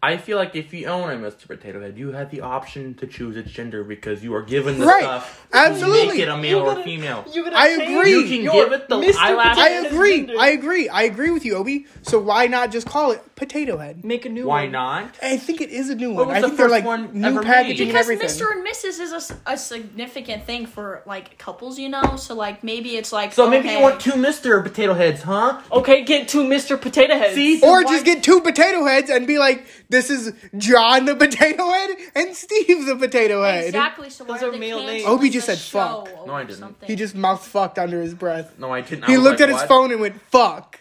Speaker 3: I feel like if you own a Mr. Potato Head, you have the option to choose its gender because you are given the
Speaker 1: Right.
Speaker 3: stuff.
Speaker 1: Absolutely.
Speaker 3: Make it a male
Speaker 2: You
Speaker 3: or
Speaker 2: gotta-
Speaker 3: female.
Speaker 2: You gonna
Speaker 1: I
Speaker 2: change
Speaker 1: agree.
Speaker 3: You can
Speaker 2: your
Speaker 3: give it the
Speaker 2: Mr.
Speaker 3: eyelash.
Speaker 1: I
Speaker 2: Potato Head
Speaker 1: agree.
Speaker 2: gender.
Speaker 1: I agree. I agree with you, Obi. So why not just call it Potato Head?
Speaker 2: Make a new
Speaker 3: Why
Speaker 2: one.
Speaker 3: not?
Speaker 1: I think it is a new
Speaker 3: What
Speaker 1: one.
Speaker 3: was
Speaker 1: I
Speaker 3: the
Speaker 1: think they're
Speaker 3: first
Speaker 1: like
Speaker 3: one
Speaker 1: new
Speaker 3: ever
Speaker 1: packaging
Speaker 3: made?
Speaker 1: and
Speaker 6: Because
Speaker 1: everything.
Speaker 6: Mr. and Mrs. is a s- a, significant thing for like couples, you know. So like maybe it's like
Speaker 3: So maybe you
Speaker 6: okay,
Speaker 3: want two Mr. Potato Heads, huh?
Speaker 2: Okay, get two Mr. Potato Heads.
Speaker 3: See?
Speaker 1: Or just get two potato heads and be like, this is John the potato head and Steve the potato head.
Speaker 6: exactly. So why
Speaker 2: Those
Speaker 6: are
Speaker 2: are
Speaker 6: they
Speaker 2: male names.
Speaker 6: canceling
Speaker 1: Obi just
Speaker 6: the
Speaker 1: said fuck.
Speaker 6: show
Speaker 3: No, I
Speaker 6: over
Speaker 3: didn't.
Speaker 6: something?
Speaker 1: He just mouth fucked under his breath.
Speaker 3: No, I didn't. I
Speaker 1: He
Speaker 3: was
Speaker 1: looked at
Speaker 3: like,
Speaker 1: his
Speaker 3: what?
Speaker 1: phone and went, fuck.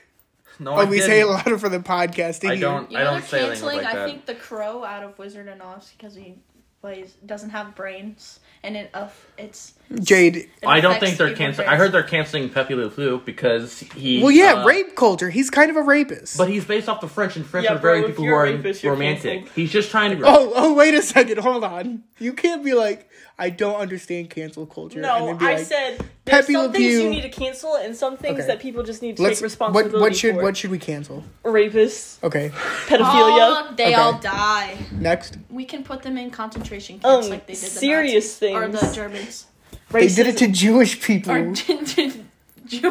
Speaker 3: No, I
Speaker 1: Oh, we say it
Speaker 3: didn't.
Speaker 1: louder for the podcast. didn't
Speaker 3: I
Speaker 1: you?
Speaker 3: don't.
Speaker 6: You
Speaker 3: I
Speaker 6: know
Speaker 3: don't
Speaker 6: they're
Speaker 3: say things
Speaker 6: canceling.
Speaker 3: like
Speaker 6: I
Speaker 3: that.
Speaker 6: think the crow out of Wizard and Oz because he plays doesn't have brains, and it uh, it's.
Speaker 1: Jade.
Speaker 6: it
Speaker 3: I don't
Speaker 6: affects
Speaker 3: think they're
Speaker 6: people's
Speaker 3: canceling. I
Speaker 6: brains.
Speaker 3: heard they're canceling Pepe Le Pew because he.
Speaker 1: Well, yeah,
Speaker 3: uh,
Speaker 1: rape culture. He's kind of a rapist.
Speaker 3: But he's based off the French, and French
Speaker 2: Yeah,
Speaker 3: are very
Speaker 2: bro, if
Speaker 3: people who
Speaker 2: you're a
Speaker 3: are
Speaker 2: rapist, you're
Speaker 3: romantic.
Speaker 2: canceled.
Speaker 3: He's just trying to.
Speaker 1: oh, oh, wait a second. Hold on. You can't be like, I don't understand cancel culture. and
Speaker 2: No,
Speaker 1: then be
Speaker 2: I
Speaker 1: like,
Speaker 2: said there's
Speaker 1: Pepe Le
Speaker 2: some things
Speaker 1: Pew.
Speaker 2: you need to cancel and some things
Speaker 1: Okay.
Speaker 2: that people just need to
Speaker 1: Let's, what,
Speaker 2: take responsibility
Speaker 1: what should
Speaker 2: for.
Speaker 1: what should we cancel?
Speaker 2: Rapists,
Speaker 1: Okay,
Speaker 2: pedophilia.
Speaker 6: Oh, they
Speaker 1: Okay.
Speaker 6: all die.
Speaker 1: next.
Speaker 6: We can put them in concentration camps
Speaker 2: Um,
Speaker 6: like they did the
Speaker 2: serious
Speaker 6: Nazis or
Speaker 2: things.
Speaker 6: the Germans
Speaker 1: They did it to Jewish people.
Speaker 6: or Jewish people.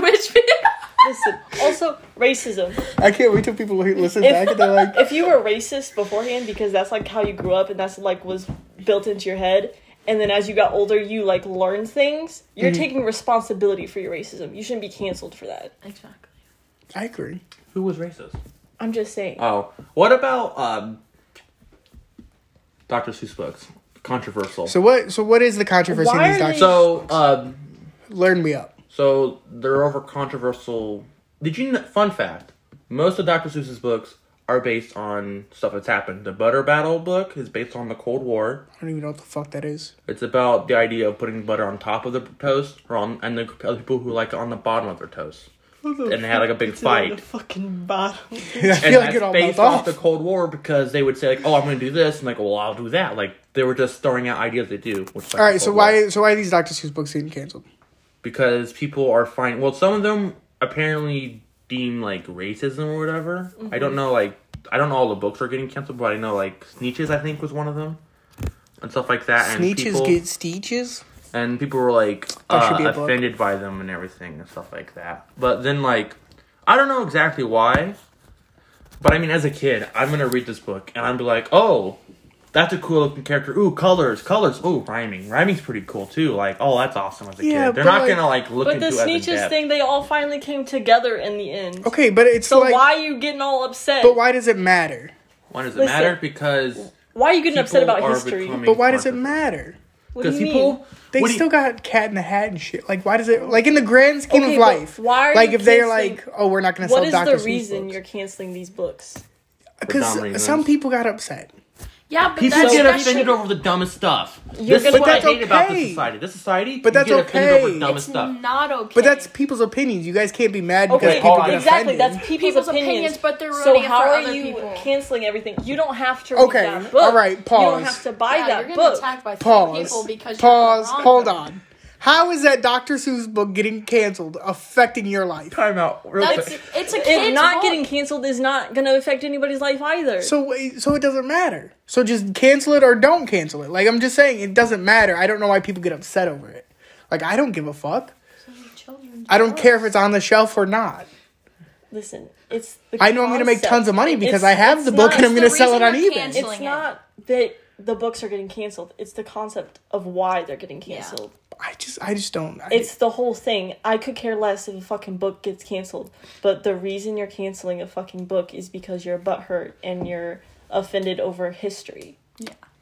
Speaker 2: Listen. Also, racism.
Speaker 1: I can't wait till people li- listen
Speaker 2: If-
Speaker 1: back and they're like,
Speaker 2: if you were racist beforehand because that's like how you grew up and that's like was built into your head and then as you got older you like learned things you're
Speaker 1: Mm-hmm.
Speaker 2: taking responsibility for your racism you shouldn't be canceled for that
Speaker 5: Exactly.
Speaker 1: I agree.
Speaker 3: Who was racist?
Speaker 2: i'm just saying
Speaker 3: Oh, what about um, Dr. Seuss books? Controversial.
Speaker 1: So what? So what is the controversy in
Speaker 2: Why
Speaker 1: these
Speaker 2: are
Speaker 1: documents?
Speaker 2: they-
Speaker 3: So, um,
Speaker 1: Learn me up.
Speaker 3: so they're over controversial. Did you? Know, fun fact: most of Dr. Seuss's books are based on stuff that's happened. The Butter Battle book is based on the Cold War.
Speaker 1: I don't even know what the fuck that is.
Speaker 3: It's about the idea of putting butter on top of the toast, or on, and the other people who like it on the bottom of their toast. And they had like a big
Speaker 2: the
Speaker 3: fight.
Speaker 2: fucking bottom
Speaker 1: I
Speaker 3: And
Speaker 1: feel like
Speaker 3: that's
Speaker 1: it all melts
Speaker 3: based off
Speaker 1: off.
Speaker 3: the Cold War because they would say like, "Oh, I'm going to do this," and like, "Well, I'll do that." Like they were just throwing out ideas they do. Which, is like
Speaker 1: all
Speaker 3: the
Speaker 1: right. So
Speaker 3: Cold War.
Speaker 1: why? So why are these Doctor Seuss books getting canceled?
Speaker 3: because people are finding well some of them apparently deem like racism or whatever i
Speaker 1: Mhm.
Speaker 3: don't know like i don't know all the books are getting canceled but i know like sneeches i think was one of them and stuff like that and
Speaker 1: Sneeches
Speaker 3: people,
Speaker 1: get steeches.
Speaker 3: and people were like
Speaker 1: That should
Speaker 3: uh,
Speaker 1: be a book.
Speaker 3: offended by them and everything and stuff like that but then like i don't know exactly why but i mean as a kid i'm gonna read this book and i'm be like oh that's a cool looking character. Ooh, colors, colors. Ooh, rhyming. Rhyming's pretty cool too. Like, oh, that's awesome as a
Speaker 1: Yeah,
Speaker 3: kid. They're
Speaker 1: but,
Speaker 3: not
Speaker 1: like-
Speaker 3: gonna like look
Speaker 2: but the
Speaker 3: into it as in
Speaker 2: sneeches
Speaker 3: depth.
Speaker 2: thing they all finally came together in the end
Speaker 1: Okay, but it's
Speaker 2: so
Speaker 1: like.
Speaker 2: why are you getting all upset
Speaker 1: But why does it matter?
Speaker 3: Why does it
Speaker 2: Listen,
Speaker 3: matter? Because
Speaker 2: why are you getting upset
Speaker 3: people
Speaker 2: about
Speaker 3: are
Speaker 2: history
Speaker 3: becoming
Speaker 1: But why does it
Speaker 3: controversial.
Speaker 1: matter?
Speaker 2: what do you
Speaker 3: people,
Speaker 2: mean
Speaker 1: They
Speaker 3: what do you-
Speaker 1: still got Cat in the Hat and shit. Like, why does it? Like in the grand scheme
Speaker 2: Okay,
Speaker 1: of
Speaker 2: but
Speaker 1: life,
Speaker 2: why are
Speaker 1: like
Speaker 2: you
Speaker 1: if they're
Speaker 2: canceling-
Speaker 1: like, oh, we're not going to
Speaker 2: what
Speaker 1: sell
Speaker 2: is
Speaker 1: Doctor
Speaker 2: the reason you're canceling these books
Speaker 3: dumb
Speaker 1: Because some
Speaker 3: reasons.
Speaker 1: people got upset.
Speaker 5: Yeah, but
Speaker 3: people
Speaker 5: that's
Speaker 3: get
Speaker 5: especially-
Speaker 3: offended over the dumbest stuff.
Speaker 2: You're
Speaker 3: This
Speaker 2: gonna-
Speaker 3: is what I
Speaker 1: But that's
Speaker 3: hate about
Speaker 1: okay.
Speaker 3: this society. This society,
Speaker 1: But
Speaker 3: you
Speaker 1: that's
Speaker 3: get offended
Speaker 1: okay.
Speaker 3: over dumbest
Speaker 5: It's
Speaker 3: stuff.
Speaker 5: not okay.
Speaker 1: But that's people's opinions. You guys can't be mad because
Speaker 2: Okay,
Speaker 1: people get
Speaker 2: exactly.
Speaker 1: offended.
Speaker 2: That's people's,
Speaker 5: People's
Speaker 2: opinions.
Speaker 5: opinions, but they're
Speaker 2: so
Speaker 5: ruining it
Speaker 2: how
Speaker 5: for
Speaker 2: are
Speaker 5: other
Speaker 2: you
Speaker 5: people.
Speaker 2: canceling everything? You don't have to. Read
Speaker 1: Okay,
Speaker 2: that book.
Speaker 1: all right,
Speaker 2: You don't
Speaker 1: pause.
Speaker 2: have to buy
Speaker 5: yeah,
Speaker 2: that
Speaker 5: you're gonna
Speaker 2: book.
Speaker 5: attack by three
Speaker 1: pause.
Speaker 5: people because
Speaker 1: Pause.
Speaker 5: You're
Speaker 1: Hold on. How is that Dr. Seuss book getting canceled affecting your life?
Speaker 3: Time out. Real
Speaker 5: That's
Speaker 3: quick.
Speaker 5: it's a
Speaker 2: If
Speaker 5: kid's
Speaker 2: not
Speaker 5: book.
Speaker 2: getting canceled is not going to affect anybody's life either.
Speaker 1: So so it doesn't matter. So just cancel it or don't cancel it. Like I'm just saying, it doesn't matter. I don't know why people get upset over it. Like I don't give a fuck. I don't care if it's on the shelf or not.
Speaker 2: Listen, it's. The
Speaker 1: I know I'm going to make
Speaker 2: concept.
Speaker 1: tons of money because I
Speaker 2: It's-
Speaker 1: have
Speaker 2: it's
Speaker 1: the book
Speaker 2: not-
Speaker 1: and I'm
Speaker 5: it's
Speaker 1: going to
Speaker 5: the
Speaker 1: sell it
Speaker 5: reason
Speaker 1: on
Speaker 5: they're
Speaker 1: eBay.
Speaker 5: canceled.
Speaker 2: It's
Speaker 5: Canceling it.
Speaker 2: not that the books are getting canceled. It's the concept of why they're getting canceled.
Speaker 1: I just I just don't. I,
Speaker 2: It's the whole thing. I could care less if a fucking book gets canceled, but the reason you're canceling a fucking book is because you're butthurt and you're offended over history.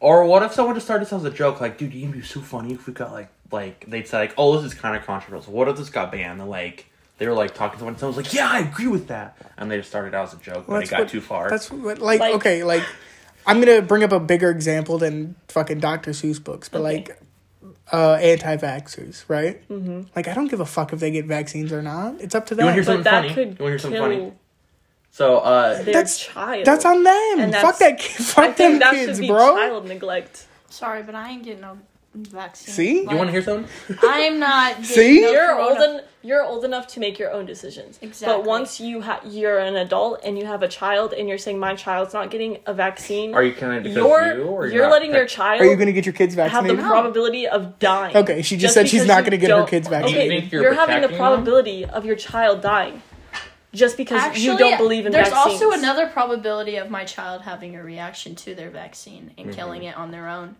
Speaker 3: Or what if someone just started this as a joke? Like, dude, you'd be so funny if we got like, like they'd say like, oh, this is kind of controversial. What if this got banned? And like, they were like talking to someone. and Someone's like, yeah, I agree with that. And they just started out as a joke, but it
Speaker 1: that's
Speaker 3: got
Speaker 1: what-
Speaker 3: too far.
Speaker 1: That's what, like,
Speaker 2: Like-
Speaker 1: okay, like I'm gonna bring up a bigger example than fucking Dr. Seuss books, but
Speaker 2: Okay.
Speaker 1: like uh anti-vaxxers, right? Mm-hmm. Like I don't give a fuck if they get vaccines or not. It's up to
Speaker 3: you
Speaker 1: them.
Speaker 3: want to hear
Speaker 2: But
Speaker 3: something
Speaker 2: that
Speaker 3: funny?
Speaker 2: could
Speaker 3: you want to hear something
Speaker 2: kill
Speaker 3: funny? So, uh,
Speaker 2: Their
Speaker 1: That's-
Speaker 2: child.
Speaker 1: that's on them.
Speaker 2: And
Speaker 1: Fuck
Speaker 2: that's-
Speaker 1: that. kid-
Speaker 2: I
Speaker 1: Fuck them
Speaker 2: think that
Speaker 1: kids,
Speaker 2: should be
Speaker 1: bro.
Speaker 2: child neglect.
Speaker 6: Sorry, but I ain't getting no vaccine.
Speaker 1: See? You
Speaker 3: you want to hear something?
Speaker 6: I'm not. getting
Speaker 1: See?
Speaker 6: no
Speaker 2: You're
Speaker 6: corona.
Speaker 2: old en- you're old enough to make your own decisions.
Speaker 6: Exactly.
Speaker 2: But once you ha- you're an adult and you have a child and you're saying my child's not getting a vaccine,
Speaker 3: Are you counting it because
Speaker 2: you're
Speaker 3: you, or
Speaker 2: you're
Speaker 3: not?
Speaker 2: letting your
Speaker 3: Okay.
Speaker 2: child
Speaker 1: Are you gonna get your kids
Speaker 2: have the
Speaker 1: vaccinated?
Speaker 2: probability of dying.
Speaker 1: Okay, she just said she's
Speaker 2: because
Speaker 1: not
Speaker 2: you
Speaker 1: gonna get her
Speaker 2: don't-
Speaker 1: kids vaccinated.
Speaker 2: Okay,
Speaker 3: Do you think
Speaker 2: you're,
Speaker 3: you're
Speaker 2: having the
Speaker 3: protecting them?
Speaker 2: probability of your child dying just because you don't believe in
Speaker 5: there's
Speaker 2: vaccines.
Speaker 5: also another probability of my child having a reaction to their vaccine and
Speaker 3: Mm-hmm.
Speaker 5: killing it on their own.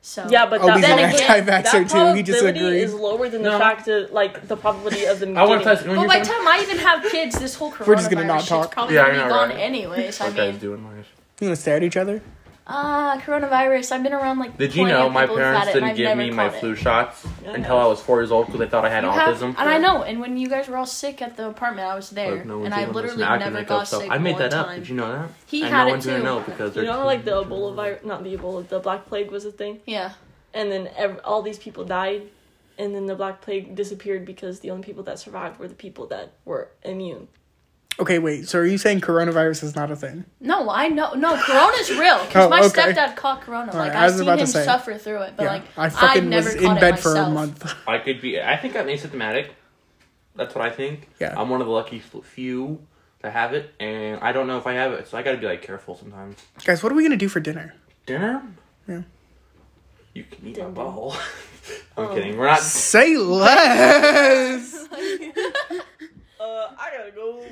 Speaker 5: So
Speaker 2: Yeah, but
Speaker 1: Oh,
Speaker 2: that,
Speaker 1: he's an
Speaker 2: then
Speaker 5: again,
Speaker 1: anti-vaxxer
Speaker 2: that
Speaker 1: too. He just
Speaker 2: probability
Speaker 1: agreed.
Speaker 2: is lower than the
Speaker 3: No.
Speaker 2: fact of like the probability of them.
Speaker 3: I want to
Speaker 2: getting
Speaker 3: touch. You
Speaker 5: But
Speaker 3: want
Speaker 5: by
Speaker 3: to
Speaker 5: the
Speaker 3: hear
Speaker 5: time I even have kids, this whole coronavirus
Speaker 1: We're just gonna not
Speaker 5: shit's
Speaker 1: talk.
Speaker 5: probably
Speaker 3: Yeah, I
Speaker 5: gonna be
Speaker 3: know,
Speaker 5: gone
Speaker 3: right?
Speaker 5: anyways. I
Speaker 3: What guys
Speaker 5: mean,
Speaker 3: doing, Myers?
Speaker 1: You want to stare at each other?
Speaker 5: ah, coronavirus. I've been around like
Speaker 3: Did you
Speaker 5: plenty
Speaker 3: know
Speaker 5: of
Speaker 3: my
Speaker 5: people who've had
Speaker 3: parents
Speaker 5: it, and
Speaker 3: didn't
Speaker 5: I've
Speaker 3: give
Speaker 5: never
Speaker 3: me my
Speaker 5: caught it.
Speaker 3: flu shots until I was four years old because they thought I had
Speaker 5: You have-
Speaker 3: autism?
Speaker 5: and I know. And when you guys were all sick at the apartment, I was there,
Speaker 3: Like, no one's
Speaker 5: and I
Speaker 3: even
Speaker 5: literally
Speaker 3: listening. I can
Speaker 5: never
Speaker 3: make
Speaker 5: got
Speaker 3: up stuff.
Speaker 5: sick.
Speaker 3: I made
Speaker 5: one
Speaker 3: that up.
Speaker 5: time.
Speaker 3: Did you know that?
Speaker 5: He
Speaker 3: and
Speaker 5: had
Speaker 3: no
Speaker 5: it
Speaker 3: one's gonna
Speaker 5: too.
Speaker 3: know because
Speaker 2: You
Speaker 3: they're
Speaker 2: know, like the Ebola virus, not the Ebola, the Black Plague was a thing,
Speaker 5: Yeah.
Speaker 2: and then ev- all these people died, and then the Black Plague disappeared because the only people that survived were the people that were immune.
Speaker 1: Okay, wait. So are you saying coronavirus is not a thing?
Speaker 5: No, I know. No, Corona's real. Because
Speaker 1: Oh,
Speaker 5: my
Speaker 1: okay.
Speaker 5: stepdad caught Corona.
Speaker 1: All right,
Speaker 5: Like,
Speaker 1: I
Speaker 5: I've
Speaker 1: was
Speaker 5: seen
Speaker 1: about to
Speaker 5: him
Speaker 1: say.
Speaker 5: suffer through it, but,
Speaker 1: yeah,
Speaker 5: like,
Speaker 1: I fucking
Speaker 5: never
Speaker 1: was
Speaker 5: caught
Speaker 1: in
Speaker 5: it
Speaker 1: bed
Speaker 5: myself.
Speaker 1: for a month.
Speaker 3: I could be. I think I'm asymptomatic. That's what I think.
Speaker 1: Yeah.
Speaker 3: I'm one of the lucky f- few to have it, and I don't know if I have it, so I gotta be like careful sometimes.
Speaker 1: Guys, what are we gonna do for dinner?
Speaker 3: Dinner?
Speaker 1: Yeah.
Speaker 3: You can eat
Speaker 2: Dinner.
Speaker 3: my butthole.
Speaker 5: Oh.
Speaker 3: I'm kidding. We're not.
Speaker 1: Say less.
Speaker 2: Uh, I gotta go.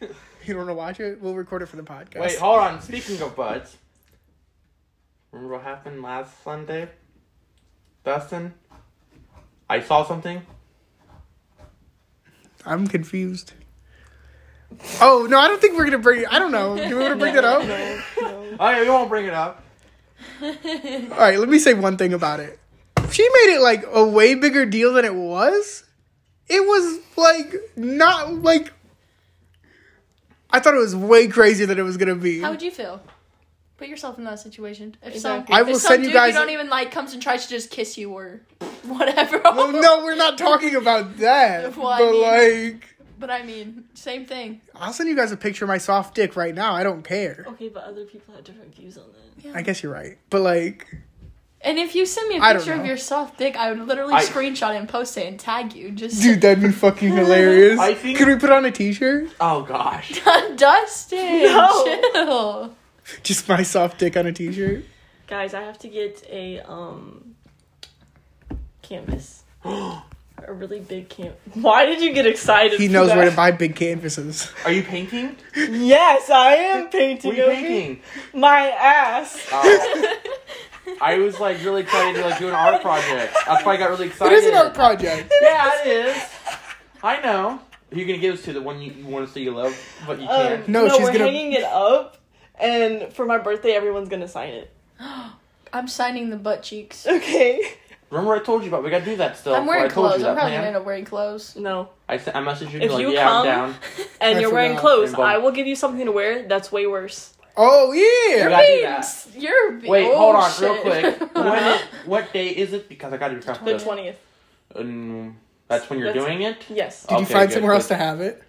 Speaker 1: You don't want to watch it? We'll record it for the podcast.
Speaker 3: Wait, hold on. Speaking of buds, remember what happened last Sunday? Dustin? I saw something.
Speaker 1: I'm confused. Oh no, I don't think we're gonna bring. I don't know. Do we want to bring that up?
Speaker 3: Oh, yeah, we won't bring it up.
Speaker 1: All right, let me say one thing about it. She made it like a way bigger deal than it was. It was like not like. I thought it was way crazier than it was gonna be.
Speaker 6: How would you feel? Put yourself in that situation. If
Speaker 2: Exactly.
Speaker 6: some,
Speaker 1: I will
Speaker 6: if some
Speaker 1: send you
Speaker 6: dude
Speaker 1: guys-
Speaker 6: you don't even like comes and tries to just kiss you or whatever.
Speaker 1: well, no, we're not talking about that.
Speaker 6: Well, I
Speaker 1: but
Speaker 6: mean-
Speaker 1: like,
Speaker 6: But I mean, same thing.
Speaker 1: I'll send you guys a picture of my soft dick right now. I don't care.
Speaker 2: Okay, but other people have different views on that.
Speaker 1: I guess you're right. But like,
Speaker 6: And if you send me a
Speaker 1: I don't
Speaker 6: picture of
Speaker 1: know.
Speaker 6: your soft dick, I would literally
Speaker 3: I-
Speaker 6: screenshot it and post it and tag you. Just
Speaker 1: dude, that'd be fucking hilarious.
Speaker 3: I think-
Speaker 1: Could we put on a t-shirt?
Speaker 3: Oh, gosh.
Speaker 6: Dustin,
Speaker 2: No.
Speaker 6: chill.
Speaker 1: Just my soft dick on a t-shirt.
Speaker 2: Guys, I have to get a um canvas. a really big canvas. Why did you get excited?
Speaker 1: He
Speaker 2: for
Speaker 1: knows
Speaker 2: that?
Speaker 1: where to buy big canvases.
Speaker 3: Are you painting?
Speaker 2: Yes, I am
Speaker 3: What
Speaker 2: painting.
Speaker 3: are you
Speaker 2: okay?
Speaker 3: painting?
Speaker 2: My ass.
Speaker 3: Oh. I was, like, really excited to, like, do an art project. That's why I got really
Speaker 1: It
Speaker 3: excited.
Speaker 1: is an art project.
Speaker 3: Yeah, it is. I know. Who you gonna give us to? The one you, you want to say you love, but you
Speaker 2: Um,
Speaker 3: can't?
Speaker 1: No,
Speaker 2: no,
Speaker 1: she's
Speaker 2: we're
Speaker 1: gonna-
Speaker 2: hanging it up, and for my birthday, everyone's gonna sign it.
Speaker 6: I'm signing the butt cheeks.
Speaker 2: Okay.
Speaker 3: Remember I told you about? We gotta do that still.
Speaker 6: I'm
Speaker 3: I
Speaker 6: wearing
Speaker 3: told
Speaker 6: clothes.
Speaker 3: you
Speaker 6: I'm
Speaker 3: that
Speaker 6: probably gonna
Speaker 3: plan.
Speaker 6: end up wearing clothes.
Speaker 2: No.
Speaker 3: I, sent- I messaged you,
Speaker 2: If
Speaker 3: like,
Speaker 2: you
Speaker 3: yeah,
Speaker 2: come-
Speaker 3: I'm down.
Speaker 2: And
Speaker 1: I
Speaker 2: you're wearing
Speaker 1: forgot.
Speaker 2: clothes.
Speaker 3: Involved.
Speaker 2: I will give you something to wear that's way worse.
Speaker 1: Oh
Speaker 3: You
Speaker 1: yeah.
Speaker 3: gotta do that.
Speaker 6: You're a be-
Speaker 3: Wait,
Speaker 6: oh,
Speaker 3: hold on, real
Speaker 6: shit.
Speaker 3: quick. When it, what day is it? Because I got to be
Speaker 2: The
Speaker 3: confident.
Speaker 2: twentieth.
Speaker 3: Um, that's when you're
Speaker 2: That's-
Speaker 3: doing it.
Speaker 2: Yes.
Speaker 1: Did you
Speaker 3: Okay,
Speaker 1: find
Speaker 3: good,
Speaker 1: somewhere
Speaker 3: good.
Speaker 1: else to have it?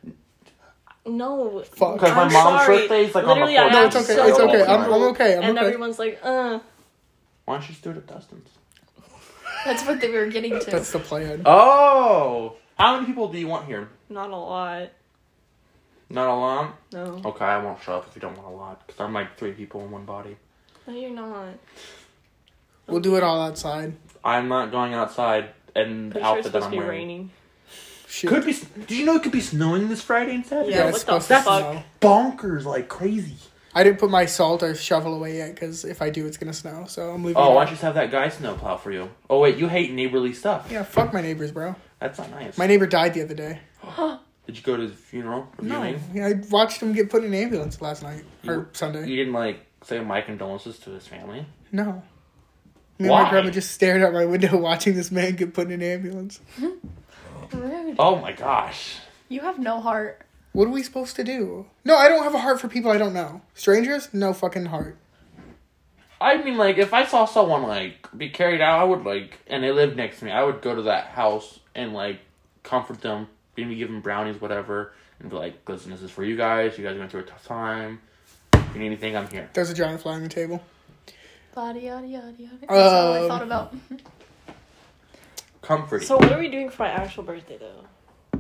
Speaker 2: No.
Speaker 1: Fuck.
Speaker 3: Because my
Speaker 2: I'm
Speaker 3: mom's
Speaker 2: sorry.
Speaker 3: birthday's like
Speaker 2: Literally, I
Speaker 3: on the 14th.
Speaker 1: No, it's
Speaker 2: I'm
Speaker 1: okay.
Speaker 2: so
Speaker 1: It's okay.
Speaker 2: old.
Speaker 1: I'm, I'm okay. I'm
Speaker 2: and
Speaker 1: okay.
Speaker 2: everyone's like, uh.
Speaker 3: Why don't you just do it at Dustin's?
Speaker 6: That's what they were getting to.
Speaker 1: That's the plan.
Speaker 3: Oh, how many people do you want here?
Speaker 2: Not a lot.
Speaker 3: Not a lot.
Speaker 2: No.
Speaker 3: Okay, I won't show up if you don't want a lot. Because I'm like three people in one body.
Speaker 2: No, you're not.
Speaker 1: We'll do it all outside.
Speaker 3: I'm not going outside and
Speaker 2: Pretty sure it's
Speaker 3: outfit that
Speaker 2: supposed
Speaker 3: I'm
Speaker 2: to be
Speaker 3: wearing.
Speaker 2: raining.
Speaker 1: Shit.
Speaker 3: Could be. s- Did you know it could be snowing this Friday and Saturday?
Speaker 2: Yeah,
Speaker 1: it's
Speaker 2: what the
Speaker 1: supposed to
Speaker 2: fuck?
Speaker 1: snow.
Speaker 3: Bonkers, like crazy.
Speaker 1: I didn't put my salt or shovel away yet because if I do, it's gonna snow. So I'm leaving.
Speaker 3: Oh,
Speaker 1: it out.
Speaker 3: why don't you just have that guy snowplow for you? Oh wait, you hate neighborly stuff.
Speaker 1: Yeah, fuck my neighbors, bro.
Speaker 3: That's not nice.
Speaker 1: My neighbor died the other day.
Speaker 3: Did you go to his funeral? or viewing?
Speaker 1: Yeah, I watched him get put in an ambulance last night or
Speaker 3: You-
Speaker 1: Sunday.
Speaker 3: You didn't like say my condolences to his family.
Speaker 1: No. Me and my
Speaker 3: Why?
Speaker 1: grandma just stared out my window watching this man get put in an ambulance.
Speaker 6: Rude.
Speaker 3: Oh my gosh.
Speaker 6: You have no heart.
Speaker 1: What are we supposed to do? No, I don't have a heart for people I don't know. Strangers, no fucking heart.
Speaker 3: I mean, like if I saw someone like be carried out, I would like, and they lived next to me, I would go to that house and like comfort them, maybe give them brownies, whatever, and be like, "Listen, this is for you guys. You guys went through a tough time. If you need anything, I'm here."
Speaker 1: There's a giant fly on the table.
Speaker 6: Body, yada, yada, yada. That's all I
Speaker 1: Um,
Speaker 6: thought about.
Speaker 3: Comfort.
Speaker 2: So what are we doing for my actual birthday though?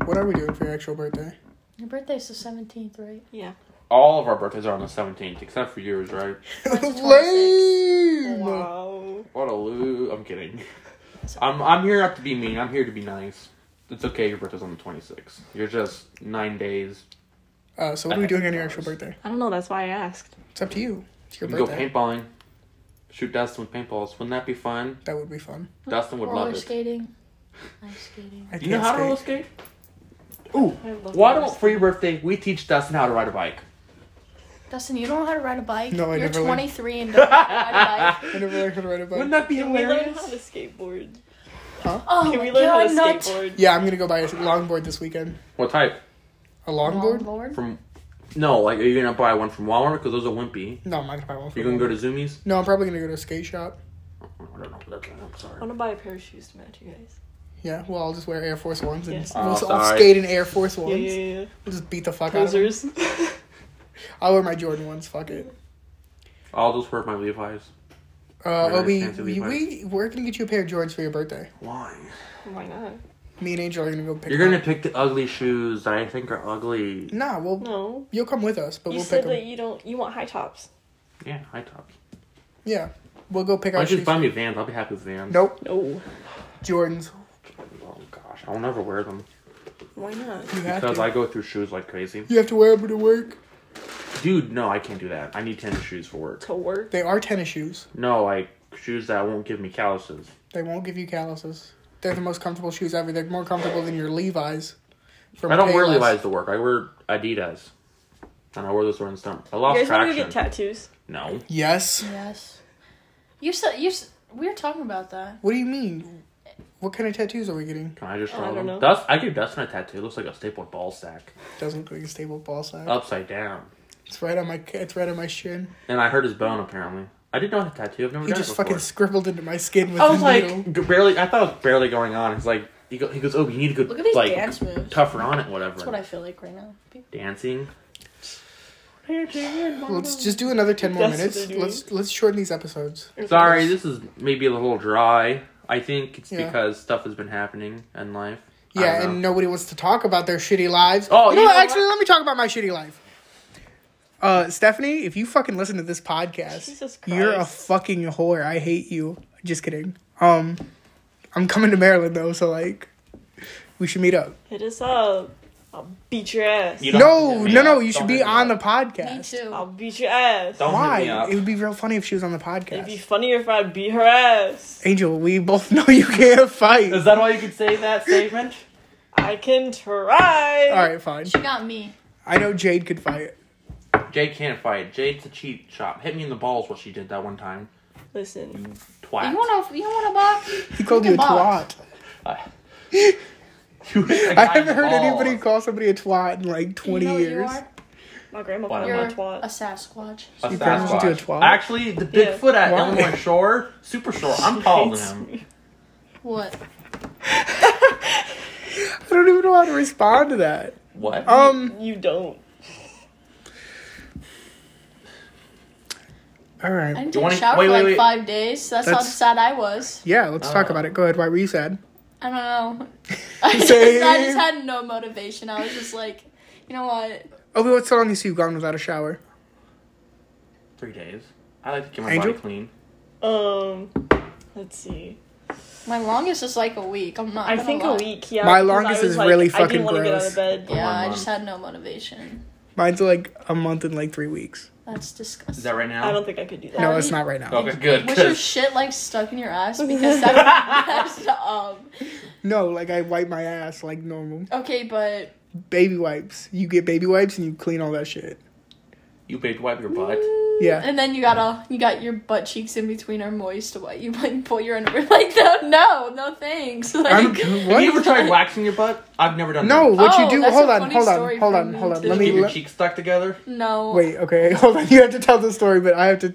Speaker 1: What are we doing for your actual birthday?
Speaker 6: Your birthday's the 17th, right?
Speaker 2: Yeah.
Speaker 3: All of our birthdays are on the seventeenth, except for yours, right?
Speaker 1: Lame.
Speaker 2: Oh, Wow.
Speaker 3: What a loo. I'm kidding. I'm I'm here not to be mean. I'm here to be nice. It's okay. Your birthday's on the twenty sixth. You're just nine days.
Speaker 1: Uh, so what are we doing on your actual birthday?
Speaker 2: I don't know. That's why I asked.
Speaker 1: It's up to you. It's your
Speaker 3: We can go
Speaker 1: birthday.
Speaker 3: paintballing. Shoot Dustin with paintballs. Wouldn't that be fun?
Speaker 1: That would be fun.
Speaker 3: Dustin would love
Speaker 6: Roller
Speaker 3: it.
Speaker 6: skating. Ice skating.
Speaker 1: I
Speaker 3: Do you know
Speaker 1: can't
Speaker 3: how to roller
Speaker 1: skate.
Speaker 3: skate? Ooh,
Speaker 2: I love
Speaker 3: why
Speaker 2: roller
Speaker 3: don't for your birthday we teach Dustin how to ride a bike?
Speaker 6: Dustin, you don't know how to ride a bike?
Speaker 1: No, I
Speaker 6: You're
Speaker 1: never learned.
Speaker 6: 23 and don't know how to ride a bike.
Speaker 1: I never learned how to ride a bike.
Speaker 3: Wouldn't that be
Speaker 2: Can we learn
Speaker 3: hilarious?
Speaker 2: how to skateboard?
Speaker 6: Oh,
Speaker 2: Can
Speaker 6: my
Speaker 2: we learn how
Speaker 6: God,
Speaker 2: to
Speaker 6: not
Speaker 2: skateboard?
Speaker 1: Yeah, I'm gonna go buy a longboard this weekend.
Speaker 3: What type?
Speaker 1: A longboard?
Speaker 6: Longboard?
Speaker 3: From no, like are you gonna buy one from Walmart because those are wimpy?
Speaker 1: No, I'm not gonna buy one. For
Speaker 3: You're gonna go to Zoomies?
Speaker 1: No, I'm probably gonna go to a skate shop.
Speaker 3: I don't know. That's- I'm
Speaker 2: I
Speaker 3: sorry.
Speaker 2: want to buy a pair of shoes to match you guys.
Speaker 1: Yeah, well, I'll just wear Air Force Ones and
Speaker 2: Yeah.
Speaker 1: we'll
Speaker 3: Oh,
Speaker 1: s- I'll
Speaker 3: sorry.
Speaker 1: skate in Air Force Ones.
Speaker 2: Yeah, yeah, yeah.
Speaker 1: We'll just beat the fuck out of them.
Speaker 2: Posers.
Speaker 1: I'll wear my Jordan ones. Fuck it.
Speaker 3: I'll just wear my Levi's.
Speaker 1: Uh,
Speaker 3: Wear
Speaker 1: Obi,
Speaker 3: nice fancy
Speaker 1: we, we we're gonna get you a pair of Jordans for your birthday.
Speaker 3: Why?
Speaker 2: why not?
Speaker 1: Me and Angel are gonna go pick.
Speaker 3: You're
Speaker 1: them
Speaker 3: gonna
Speaker 1: up.
Speaker 3: pick the ugly shoes that I think are ugly.
Speaker 1: Nah, well,
Speaker 2: No.
Speaker 1: you'll come with us, but
Speaker 2: You
Speaker 1: we'll pick
Speaker 2: said
Speaker 1: them.
Speaker 2: that you don't. You want high tops.
Speaker 3: Yeah, high tops.
Speaker 1: Yeah, we'll go pick
Speaker 3: Why
Speaker 1: our
Speaker 3: don't you
Speaker 1: shoes.
Speaker 3: just buy me Vans? I'll be happy with Vans.
Speaker 1: Nope,
Speaker 2: No.
Speaker 1: Jordans.
Speaker 3: Oh gosh, I'll never wear them.
Speaker 2: Why not?
Speaker 1: You have
Speaker 3: Because
Speaker 1: to.
Speaker 3: I go through shoes like crazy.
Speaker 1: you have to wear them to work.
Speaker 3: Dude, no, I can't do that. I need tennis shoes for work.
Speaker 2: To work.
Speaker 1: They are tennis shoes.
Speaker 3: No, like shoes that won't give me calluses.
Speaker 1: They won't give you calluses. They're the most comfortable shoes ever. They're more comfortable than your Levi's. From
Speaker 3: I don't wear
Speaker 1: Payless.
Speaker 3: Levi's to work. I wear Adidas. And I wore those during summer. I
Speaker 2: You
Speaker 3: lost
Speaker 2: guys want to
Speaker 3: traction.
Speaker 2: get tattoos?
Speaker 3: no.
Speaker 1: Yes.
Speaker 5: Yes. You said you. s- We were talking about that.
Speaker 1: What do you mean? What kind of tattoos are we getting?
Speaker 3: Can I just
Speaker 2: Oh,
Speaker 3: draw
Speaker 2: I don't
Speaker 3: them?
Speaker 2: know.
Speaker 3: Dust. I do dust my tattoo. It looks like a stapled ball sack,
Speaker 1: Doesn't look like a stable ball sack.
Speaker 3: upside down.
Speaker 1: It's right on my. It's right on my shin.
Speaker 3: And Uh, I hurt his bone apparently. I didn't know I had a tattoo. I've never
Speaker 1: He
Speaker 3: done
Speaker 1: just
Speaker 3: it before.
Speaker 1: fucking scribbled into my skin with
Speaker 3: I
Speaker 1: a
Speaker 3: was
Speaker 1: needle.
Speaker 3: like, g- barely. I thought it was barely going on. He's like, he, go, he goes, oh, you need to go
Speaker 5: Look at these
Speaker 3: like
Speaker 5: dance moves.
Speaker 3: tougher on it, whatever.
Speaker 5: That's what I feel like right now.
Speaker 3: Dancing.
Speaker 1: Let's just do another ten more
Speaker 2: That's what
Speaker 1: minutes.
Speaker 2: they're doing.
Speaker 1: Let's let's shorten these episodes.
Speaker 3: Sorry, this is maybe a little dry. I think it's
Speaker 1: Yeah.
Speaker 3: because stuff has been happening in life. I
Speaker 1: Yeah,
Speaker 3: don't
Speaker 1: and
Speaker 3: know.
Speaker 1: nobody wants to talk about their shitty lives.
Speaker 3: Oh,
Speaker 1: you
Speaker 3: you
Speaker 1: know, what?
Speaker 3: know
Speaker 1: actually, let me talk about my shitty life. Uh, Stephanie, if you fucking listen to this podcast,
Speaker 2: Jesus
Speaker 1: you're a
Speaker 2: Christ.
Speaker 1: fucking whore. I hate you. Just kidding. Um, I'm coming to Maryland though, so like, we should meet up.
Speaker 2: Hit us up. I'll beat your ass.
Speaker 3: You don't have
Speaker 1: No,
Speaker 3: to hit me
Speaker 1: no, no.
Speaker 3: up.
Speaker 1: You should
Speaker 3: Don't
Speaker 1: be
Speaker 3: hit me
Speaker 1: on the
Speaker 3: up.
Speaker 1: podcast.
Speaker 2: I'll beat your ass.
Speaker 3: Don't hit
Speaker 1: Why?
Speaker 3: me up.
Speaker 1: It would be real funny if she was on the
Speaker 2: It'd be
Speaker 1: podcast.
Speaker 2: funnier if I beat her ass.
Speaker 1: Angel, we both know you can't fight.
Speaker 3: Is that why you could say that statement?
Speaker 2: I can try.
Speaker 1: All right, fine.
Speaker 5: She got me.
Speaker 1: I know Jade could fight.
Speaker 3: Jade can't fight. Jade's a cheat shop. Hit me in the balls what she did that one time.
Speaker 2: Listen,
Speaker 3: Twat.
Speaker 5: You wanna? You wanna box?
Speaker 1: He called you a
Speaker 5: can box.
Speaker 1: twat.
Speaker 3: Uh, You hit a guy
Speaker 1: I
Speaker 3: in
Speaker 1: haven't
Speaker 3: the
Speaker 1: heard
Speaker 3: balls.
Speaker 1: anybody call somebody a twat in like
Speaker 5: You
Speaker 1: 20
Speaker 5: know what you
Speaker 1: years.
Speaker 5: are?
Speaker 2: my grandma
Speaker 3: Why
Speaker 2: called me
Speaker 5: You're
Speaker 2: a
Speaker 3: am
Speaker 5: a
Speaker 2: twat.
Speaker 5: Sasquatch.
Speaker 3: A
Speaker 1: You turned
Speaker 3: Sasquatch.
Speaker 1: into a twat?
Speaker 3: Actually, the
Speaker 2: Yeah.
Speaker 3: Bigfoot at
Speaker 1: Why?
Speaker 3: Illinois Shore, super short. I'm calling
Speaker 2: Hates
Speaker 3: him.
Speaker 2: me.
Speaker 5: What?
Speaker 1: I don't even know how to respond to that.
Speaker 3: What?
Speaker 1: Um.
Speaker 2: You don't.
Speaker 1: All
Speaker 5: I
Speaker 1: right.
Speaker 5: didn't
Speaker 3: You
Speaker 5: take
Speaker 3: wanna-
Speaker 5: a shower
Speaker 3: wait,
Speaker 5: for
Speaker 3: wait,
Speaker 5: like
Speaker 3: wait.
Speaker 5: five days. so that's, how
Speaker 1: That's-
Speaker 5: sad I was.
Speaker 1: Yeah. Let's talk
Speaker 3: Uh.
Speaker 1: about it. Go ahead. Why were you sad?
Speaker 5: I don't know. I just, I
Speaker 1: Same.
Speaker 5: just had no motivation. I was just like, you know what?
Speaker 1: Oh, but what's so long has you gone without a shower?
Speaker 3: Three days. I like to keep my
Speaker 1: Angel?
Speaker 3: body clean.
Speaker 2: Um, let's see.
Speaker 5: My longest is like a week. I'm not.
Speaker 2: I
Speaker 5: gonna
Speaker 2: think
Speaker 5: lie.
Speaker 2: a week. Yeah.
Speaker 1: My
Speaker 2: because I
Speaker 1: longest
Speaker 2: was
Speaker 1: is
Speaker 2: like,
Speaker 1: really
Speaker 2: I
Speaker 1: fucking
Speaker 2: didn't wanna
Speaker 1: gross.
Speaker 2: get out of bed.
Speaker 5: Yeah,
Speaker 3: One
Speaker 5: I
Speaker 3: month.
Speaker 5: just had no motivation.
Speaker 1: Mine's like a month and like three weeks.
Speaker 5: That's disgusting.
Speaker 3: Is that right now?
Speaker 2: I don't think I could do that.
Speaker 1: No,
Speaker 5: How
Speaker 1: it's
Speaker 5: do you-
Speaker 1: not right now.
Speaker 3: Okay, good.
Speaker 5: Was your
Speaker 3: 'cause-
Speaker 5: shit like stuck in your ass? Because that that's um.
Speaker 1: No, like I wipe my ass like normal.
Speaker 5: Okay, but
Speaker 1: Baby wipes. You get baby wipes and you clean all that shit.
Speaker 3: you baby wipe your butt.
Speaker 1: Yeah.
Speaker 5: and then you got all you got your butt cheeks in between are moist. What you like pull your underwear like no no no thanks. Like,
Speaker 1: I'm,
Speaker 3: Have you ever
Speaker 1: what?
Speaker 3: tried waxing your butt? I've never done
Speaker 1: No,
Speaker 3: that.
Speaker 1: what
Speaker 5: Oh,
Speaker 1: you do?
Speaker 5: that's
Speaker 1: Hold
Speaker 5: a
Speaker 1: on,
Speaker 5: funny
Speaker 1: hold on,
Speaker 5: story
Speaker 1: hold
Speaker 5: for
Speaker 1: on,
Speaker 5: me
Speaker 1: hold on.
Speaker 5: too.
Speaker 1: Let
Speaker 3: Just
Speaker 1: me
Speaker 3: keep your
Speaker 1: let-
Speaker 3: cheeks stuck together.
Speaker 5: no
Speaker 1: Wait, okay, hold on. You have to tell the story, but I have to.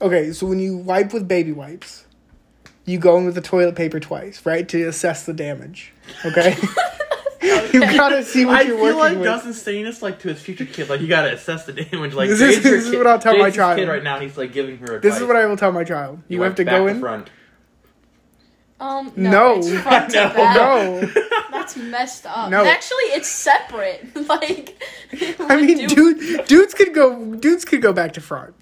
Speaker 1: Okay, so when you wipe with baby wipes, you go in with the toilet paper twice, right, to assess the damage. Okay, you gotta see what
Speaker 3: I
Speaker 1: you're
Speaker 3: feel
Speaker 1: working
Speaker 3: like
Speaker 1: with.
Speaker 3: Dustin's saying this like to his future kid. Like you gotta assess the damage. Like
Speaker 1: This is-
Speaker 3: Jade's your
Speaker 1: this is
Speaker 3: kid-
Speaker 1: what I'll tell my
Speaker 3: Jade's his
Speaker 1: child.
Speaker 3: kid right now. He's like giving her advice.
Speaker 1: This is what I will tell my child. You, have
Speaker 3: went
Speaker 1: to
Speaker 3: back
Speaker 1: go
Speaker 3: to
Speaker 1: in.
Speaker 3: front.
Speaker 5: um
Speaker 1: No.
Speaker 5: no it's front to
Speaker 3: No.
Speaker 5: back.
Speaker 1: No,
Speaker 5: That's messed up.
Speaker 1: No.
Speaker 5: And actually, it's separate. like,
Speaker 1: I mean, dude, dudes could go. Dudes could go back to front.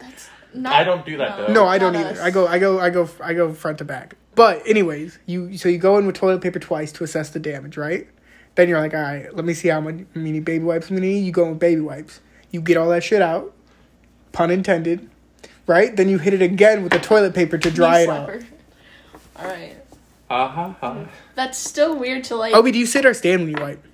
Speaker 5: not,
Speaker 3: I don't do that though.
Speaker 1: No, I don't
Speaker 5: Not
Speaker 1: either.
Speaker 5: us.
Speaker 1: I go, I go, I go, I go front to back. But anyways, you so you go in with toilet paper twice to assess the damage, right? Then you're like, all right, let me see how many many baby wipes I'm gonna need. You go in with baby wipes. You get all that shit out, pun intended, right? Then you hit it again with the toilet paper to dry it out.
Speaker 5: All right,
Speaker 3: Uh huh.
Speaker 5: Uh-huh.
Speaker 3: huh.
Speaker 5: that's still weird to like.
Speaker 1: Obi, do you sit or stand when you wipe?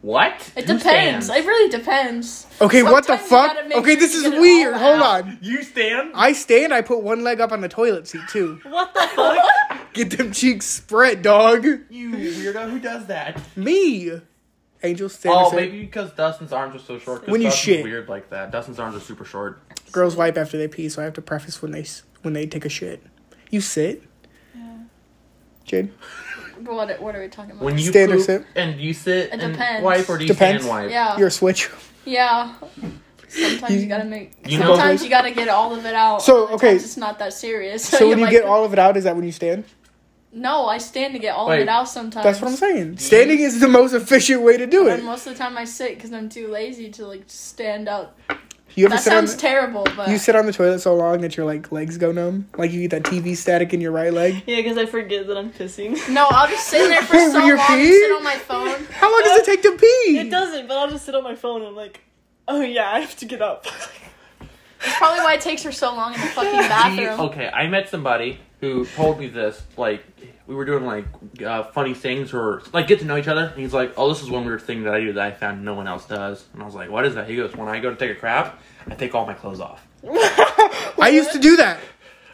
Speaker 3: What?
Speaker 5: it
Speaker 3: Who
Speaker 5: depends.
Speaker 3: stands?
Speaker 5: It really depends.
Speaker 1: Okay, what the
Speaker 5: Sometimes you
Speaker 1: fuck?
Speaker 5: gotta make
Speaker 1: Okay,
Speaker 5: sure
Speaker 1: this
Speaker 5: you
Speaker 1: is
Speaker 5: get it all
Speaker 1: weird. Hold
Speaker 5: out.
Speaker 1: on.
Speaker 3: You stand.
Speaker 1: I stand. I put one leg up on the toilet seat too.
Speaker 2: What the fuck?
Speaker 1: Get them cheeks spread, dog.
Speaker 3: You weirdo. Who does that?
Speaker 1: Me, Angel stand. or
Speaker 3: Oh,
Speaker 1: sit?
Speaker 3: maybe because Dustin's arms are so short. 'cause
Speaker 1: When you
Speaker 3: Dustin's
Speaker 1: shit.
Speaker 3: weird like that. Dustin's arms are super short.
Speaker 1: Girls wipe after they pee, so I have to preface when they s- when they take a shit. You sit. Jade.
Speaker 5: But What what are we talking about?
Speaker 3: When you
Speaker 1: Stand or
Speaker 3: poop
Speaker 1: sit?
Speaker 3: and you sit
Speaker 5: It
Speaker 3: and
Speaker 5: depends.
Speaker 3: wipe, or do you
Speaker 1: Depends.
Speaker 3: stand wipe?
Speaker 5: yeah,
Speaker 1: You're a switch.
Speaker 5: yeah. Sometimes you, gotta make.
Speaker 3: You know-
Speaker 5: sometimes you gotta get all of it out.
Speaker 1: So,
Speaker 5: Other
Speaker 1: okay.
Speaker 5: times it's not that serious.
Speaker 1: So when
Speaker 5: you're
Speaker 1: you
Speaker 5: like,
Speaker 1: get all of it out, is that when you stand?
Speaker 5: No, I stand to get all
Speaker 3: Wait.
Speaker 5: of it out sometimes.
Speaker 1: That's what I'm saying. Standing is the most efficient way to do
Speaker 5: But
Speaker 1: it.
Speaker 5: most of the time I sit because I'm too lazy to like stand up.
Speaker 1: You ever
Speaker 6: That
Speaker 1: sit on
Speaker 6: sounds
Speaker 1: the,
Speaker 6: terrible, but
Speaker 1: you sit on the toilet so long that your like legs go numb, like you get that TV static in your right leg.
Speaker 2: Yeah, because I forget that I'm pissing.
Speaker 6: no, I'll just sit there for
Speaker 1: When
Speaker 6: so long.
Speaker 1: you're
Speaker 6: and Sit
Speaker 1: peeing?
Speaker 6: on my phone.
Speaker 1: How long does it take to pee?
Speaker 2: It doesn't, but I'll just sit on my phone and I'm like, oh yeah, I have to get up.
Speaker 6: That's probably why it takes her so long in the fucking
Speaker 3: He-
Speaker 6: bathroom.
Speaker 3: okay, I met somebody who told me this. Like, we were doing like uh, funny things or like get to know each other. And he's like, "Oh, this is one weird thing that I do that I found no one else does." And I was like, "What is that?" He goes, "When I go to take a crap, I take all my clothes off."
Speaker 1: I used to do that.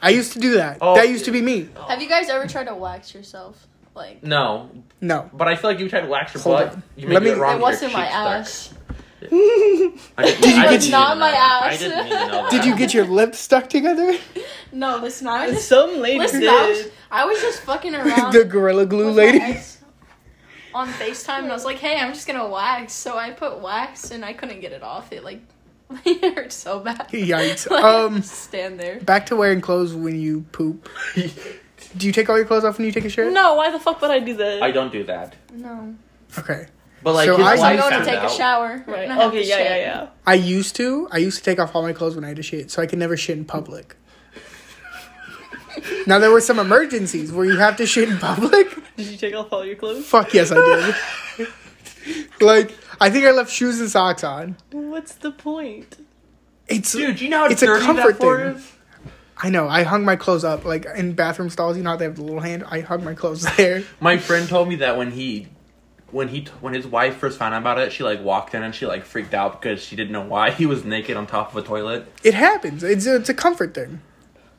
Speaker 1: I used to do that.
Speaker 3: Oh.
Speaker 1: that used to be me.
Speaker 6: Have you guys ever tried to wax yourself? Like
Speaker 3: No,
Speaker 1: No.
Speaker 3: but I feel like you tried to wax your
Speaker 1: Hold
Speaker 3: butt.
Speaker 1: on.
Speaker 3: You
Speaker 1: Let
Speaker 3: made it
Speaker 1: me-
Speaker 3: wrong.
Speaker 6: it
Speaker 3: with your
Speaker 6: wasn't my
Speaker 3: cheeks
Speaker 6: ass.
Speaker 3: stuck. I didn't-
Speaker 1: Did you
Speaker 3: I
Speaker 1: get-
Speaker 3: didn't even
Speaker 6: Not
Speaker 3: know
Speaker 6: my
Speaker 3: that. I
Speaker 6: ass.
Speaker 3: didn't even know that.
Speaker 1: Did you get your lips stuck together?
Speaker 6: No, listen, I was just
Speaker 2: Some ladies
Speaker 6: listen. I was,
Speaker 2: did.
Speaker 6: I was just fucking around.
Speaker 1: the gorilla glue
Speaker 6: with my
Speaker 1: lady.
Speaker 6: ex on FaceTime and I was like, hey, I'm just gonna wax. So I put wax and I couldn't get it off. It like it hurt so bad.
Speaker 1: Yikes.
Speaker 6: Like,
Speaker 1: Um,
Speaker 6: stand there.
Speaker 1: Back to wearing clothes when you poop. do you take all your clothes off when you take a shit?
Speaker 2: No, why the fuck would I do that?
Speaker 3: I don't do that.
Speaker 6: No.
Speaker 1: Okay.
Speaker 3: But like,
Speaker 1: So
Speaker 3: his
Speaker 1: I-
Speaker 3: wife
Speaker 1: I'm
Speaker 6: I'm going to
Speaker 3: found
Speaker 6: take
Speaker 3: out.
Speaker 6: a shower.
Speaker 2: Right.
Speaker 6: and I have
Speaker 2: Okay.
Speaker 6: to
Speaker 2: Yeah. Yeah.
Speaker 6: shit.
Speaker 2: Yeah.
Speaker 1: I used to. I used to take off all my clothes when I had to shit, so I could never shit in public. now there were some emergencies where you have to shit in public.
Speaker 2: Did you take off all your clothes?
Speaker 1: Fuck yes, I did. like I think I left shoes and socks on.
Speaker 2: What's the point?
Speaker 1: It's
Speaker 3: Dude, do you know how
Speaker 1: It's a
Speaker 3: dirty
Speaker 1: comfort
Speaker 3: that floor
Speaker 1: thing.
Speaker 3: is?
Speaker 1: I know. I hung my clothes up like in bathroom stalls. You know how they have the little hand. I hung my clothes there.
Speaker 3: My friend told me that when he, when he, when his wife first found out about it, she like walked in and she like freaked out because she didn't know why he was naked on top of a toilet.
Speaker 1: It happens. It's it's a comfort thing.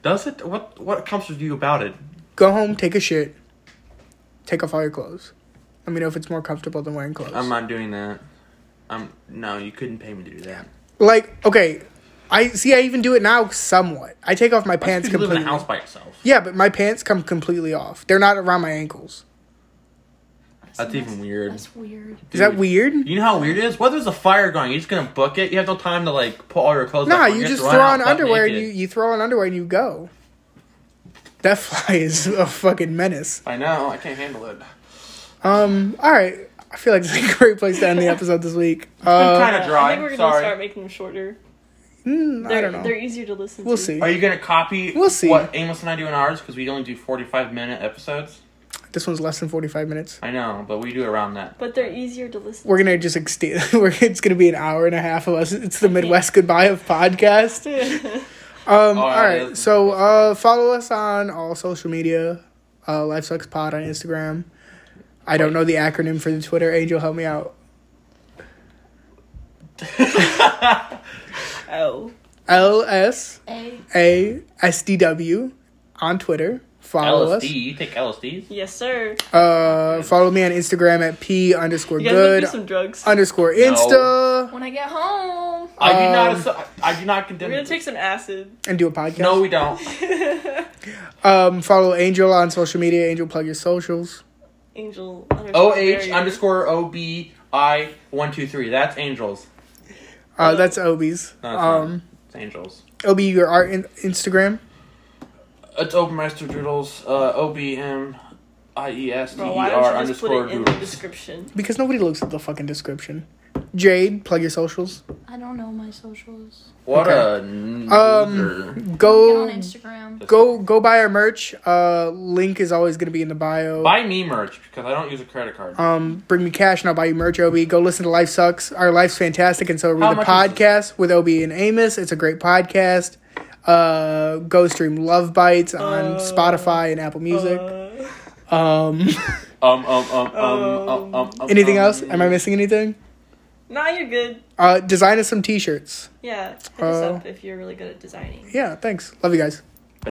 Speaker 3: Does it? What what comforts you about it?
Speaker 1: Go home, take a shit, take off all your clothes. Let me know if it's more comfortable than wearing clothes.
Speaker 3: I'm not doing that. I'm no, you couldn't pay me to do that.
Speaker 1: like okay, I see. I even do it now somewhat. I take off my pants
Speaker 3: you live
Speaker 1: completely.
Speaker 3: in a house by yourself.
Speaker 1: Yeah, but my pants come completely off. They're not around my ankles.
Speaker 3: That's even weird.
Speaker 6: That's weird.
Speaker 1: Is that
Speaker 3: Dude,
Speaker 1: weird?
Speaker 3: You know how weird it is. Well, there's a fire going. You're just gonna book it. You have no time to like put all your clothes.
Speaker 1: Nah,
Speaker 3: back
Speaker 1: you
Speaker 3: have
Speaker 1: just
Speaker 3: to run
Speaker 1: throw
Speaker 3: out
Speaker 1: on
Speaker 3: butt
Speaker 1: underwear and you,
Speaker 3: naked.
Speaker 1: you throw on underwear and you go. That fly is a fucking menace.
Speaker 3: I know. I can't handle it.
Speaker 1: Um, all right. I feel like this is a great place to end the episode this week.
Speaker 3: I'm
Speaker 1: Uh,
Speaker 3: kind of
Speaker 2: I
Speaker 3: dry.
Speaker 2: think we're gonna
Speaker 3: Sorry.
Speaker 2: start making them shorter.
Speaker 1: mm,
Speaker 2: They're,
Speaker 1: I don't know.
Speaker 2: They're easier to listen
Speaker 1: We'll
Speaker 2: to.
Speaker 1: see.
Speaker 3: Are you gonna copy?
Speaker 1: We'll see.
Speaker 3: What Amos and I do in ours because we only do forty-five minute episodes.
Speaker 1: This one's less than 45 minutes.
Speaker 3: I know, but we do around that.
Speaker 2: But they're easier to listen.
Speaker 1: We're going to just extend. We're, it's going to be an hour and a half of us. It's the Midwest goodbye of podcast.
Speaker 2: to.
Speaker 1: Um, all
Speaker 3: All right,
Speaker 1: right.
Speaker 3: that's-
Speaker 1: So uh, follow us on all social media. Uh, Life Sucks Pod on Instagram. I don't know the acronym for the Twitter. Angel, help me out.
Speaker 2: oh.
Speaker 1: L S
Speaker 6: A.
Speaker 1: A S D W on Twitter. Follow
Speaker 3: LSD. You take LSDs?
Speaker 2: Yes, sir.
Speaker 1: us. Uh, follow me on Instagram at p underscore
Speaker 2: You guys wanna
Speaker 1: good
Speaker 2: do some drugs.
Speaker 1: underscore insta
Speaker 6: When I get home.
Speaker 3: I do not.
Speaker 1: Um,
Speaker 3: asso- I do not condemn.
Speaker 2: We're gonna
Speaker 3: this.
Speaker 2: take some acid.
Speaker 1: and do a podcast.
Speaker 3: no, we don't.
Speaker 1: Um, follow Angel on social media. Angel, plug your socials.
Speaker 2: Angel.
Speaker 3: O
Speaker 2: underscore
Speaker 3: H
Speaker 2: barrier.
Speaker 3: underscore O B I one two three. That's angels.
Speaker 1: Uh, that's Obi's.
Speaker 3: No, it's
Speaker 1: um,
Speaker 3: not. It's angels.
Speaker 1: Obi, your art in- Instagram.
Speaker 3: It's Openmeister Doodles. Uh, O B M I E S D E
Speaker 2: Bro, why don't
Speaker 3: R
Speaker 2: you just put it
Speaker 3: underscore
Speaker 2: in the
Speaker 3: Doodles.
Speaker 2: description?
Speaker 1: Because nobody looks at the fucking description. Jade, plug your socials.
Speaker 6: I don't know my socials.
Speaker 3: What a
Speaker 1: Um,
Speaker 3: loser.
Speaker 1: Go,
Speaker 6: Get on Instagram.
Speaker 1: go, go buy our merch. Uh, link is always gonna be in the bio.
Speaker 3: Buy me merch because I don't use a credit card.
Speaker 1: Um, bring me cash and I'll buy you merch, Obi. Go listen to Life Sucks. Our life's fantastic, and so are we.
Speaker 3: How
Speaker 1: the
Speaker 3: much
Speaker 1: podcast with Obi and Amos. It's a great podcast. Uh, go stream Love Bites on
Speaker 2: Uh,
Speaker 1: Spotify and Apple Music.
Speaker 2: Uh,
Speaker 1: um,
Speaker 3: Um um um um um. um, um
Speaker 1: anything
Speaker 3: um,
Speaker 1: else? Am I missing anything?
Speaker 2: nah, you're good.
Speaker 1: Uh, design us some T-shirts.
Speaker 2: Yeah. Hit us
Speaker 1: Uh,
Speaker 2: up if you're really good at designing.
Speaker 1: Yeah, thanks. Love you guys.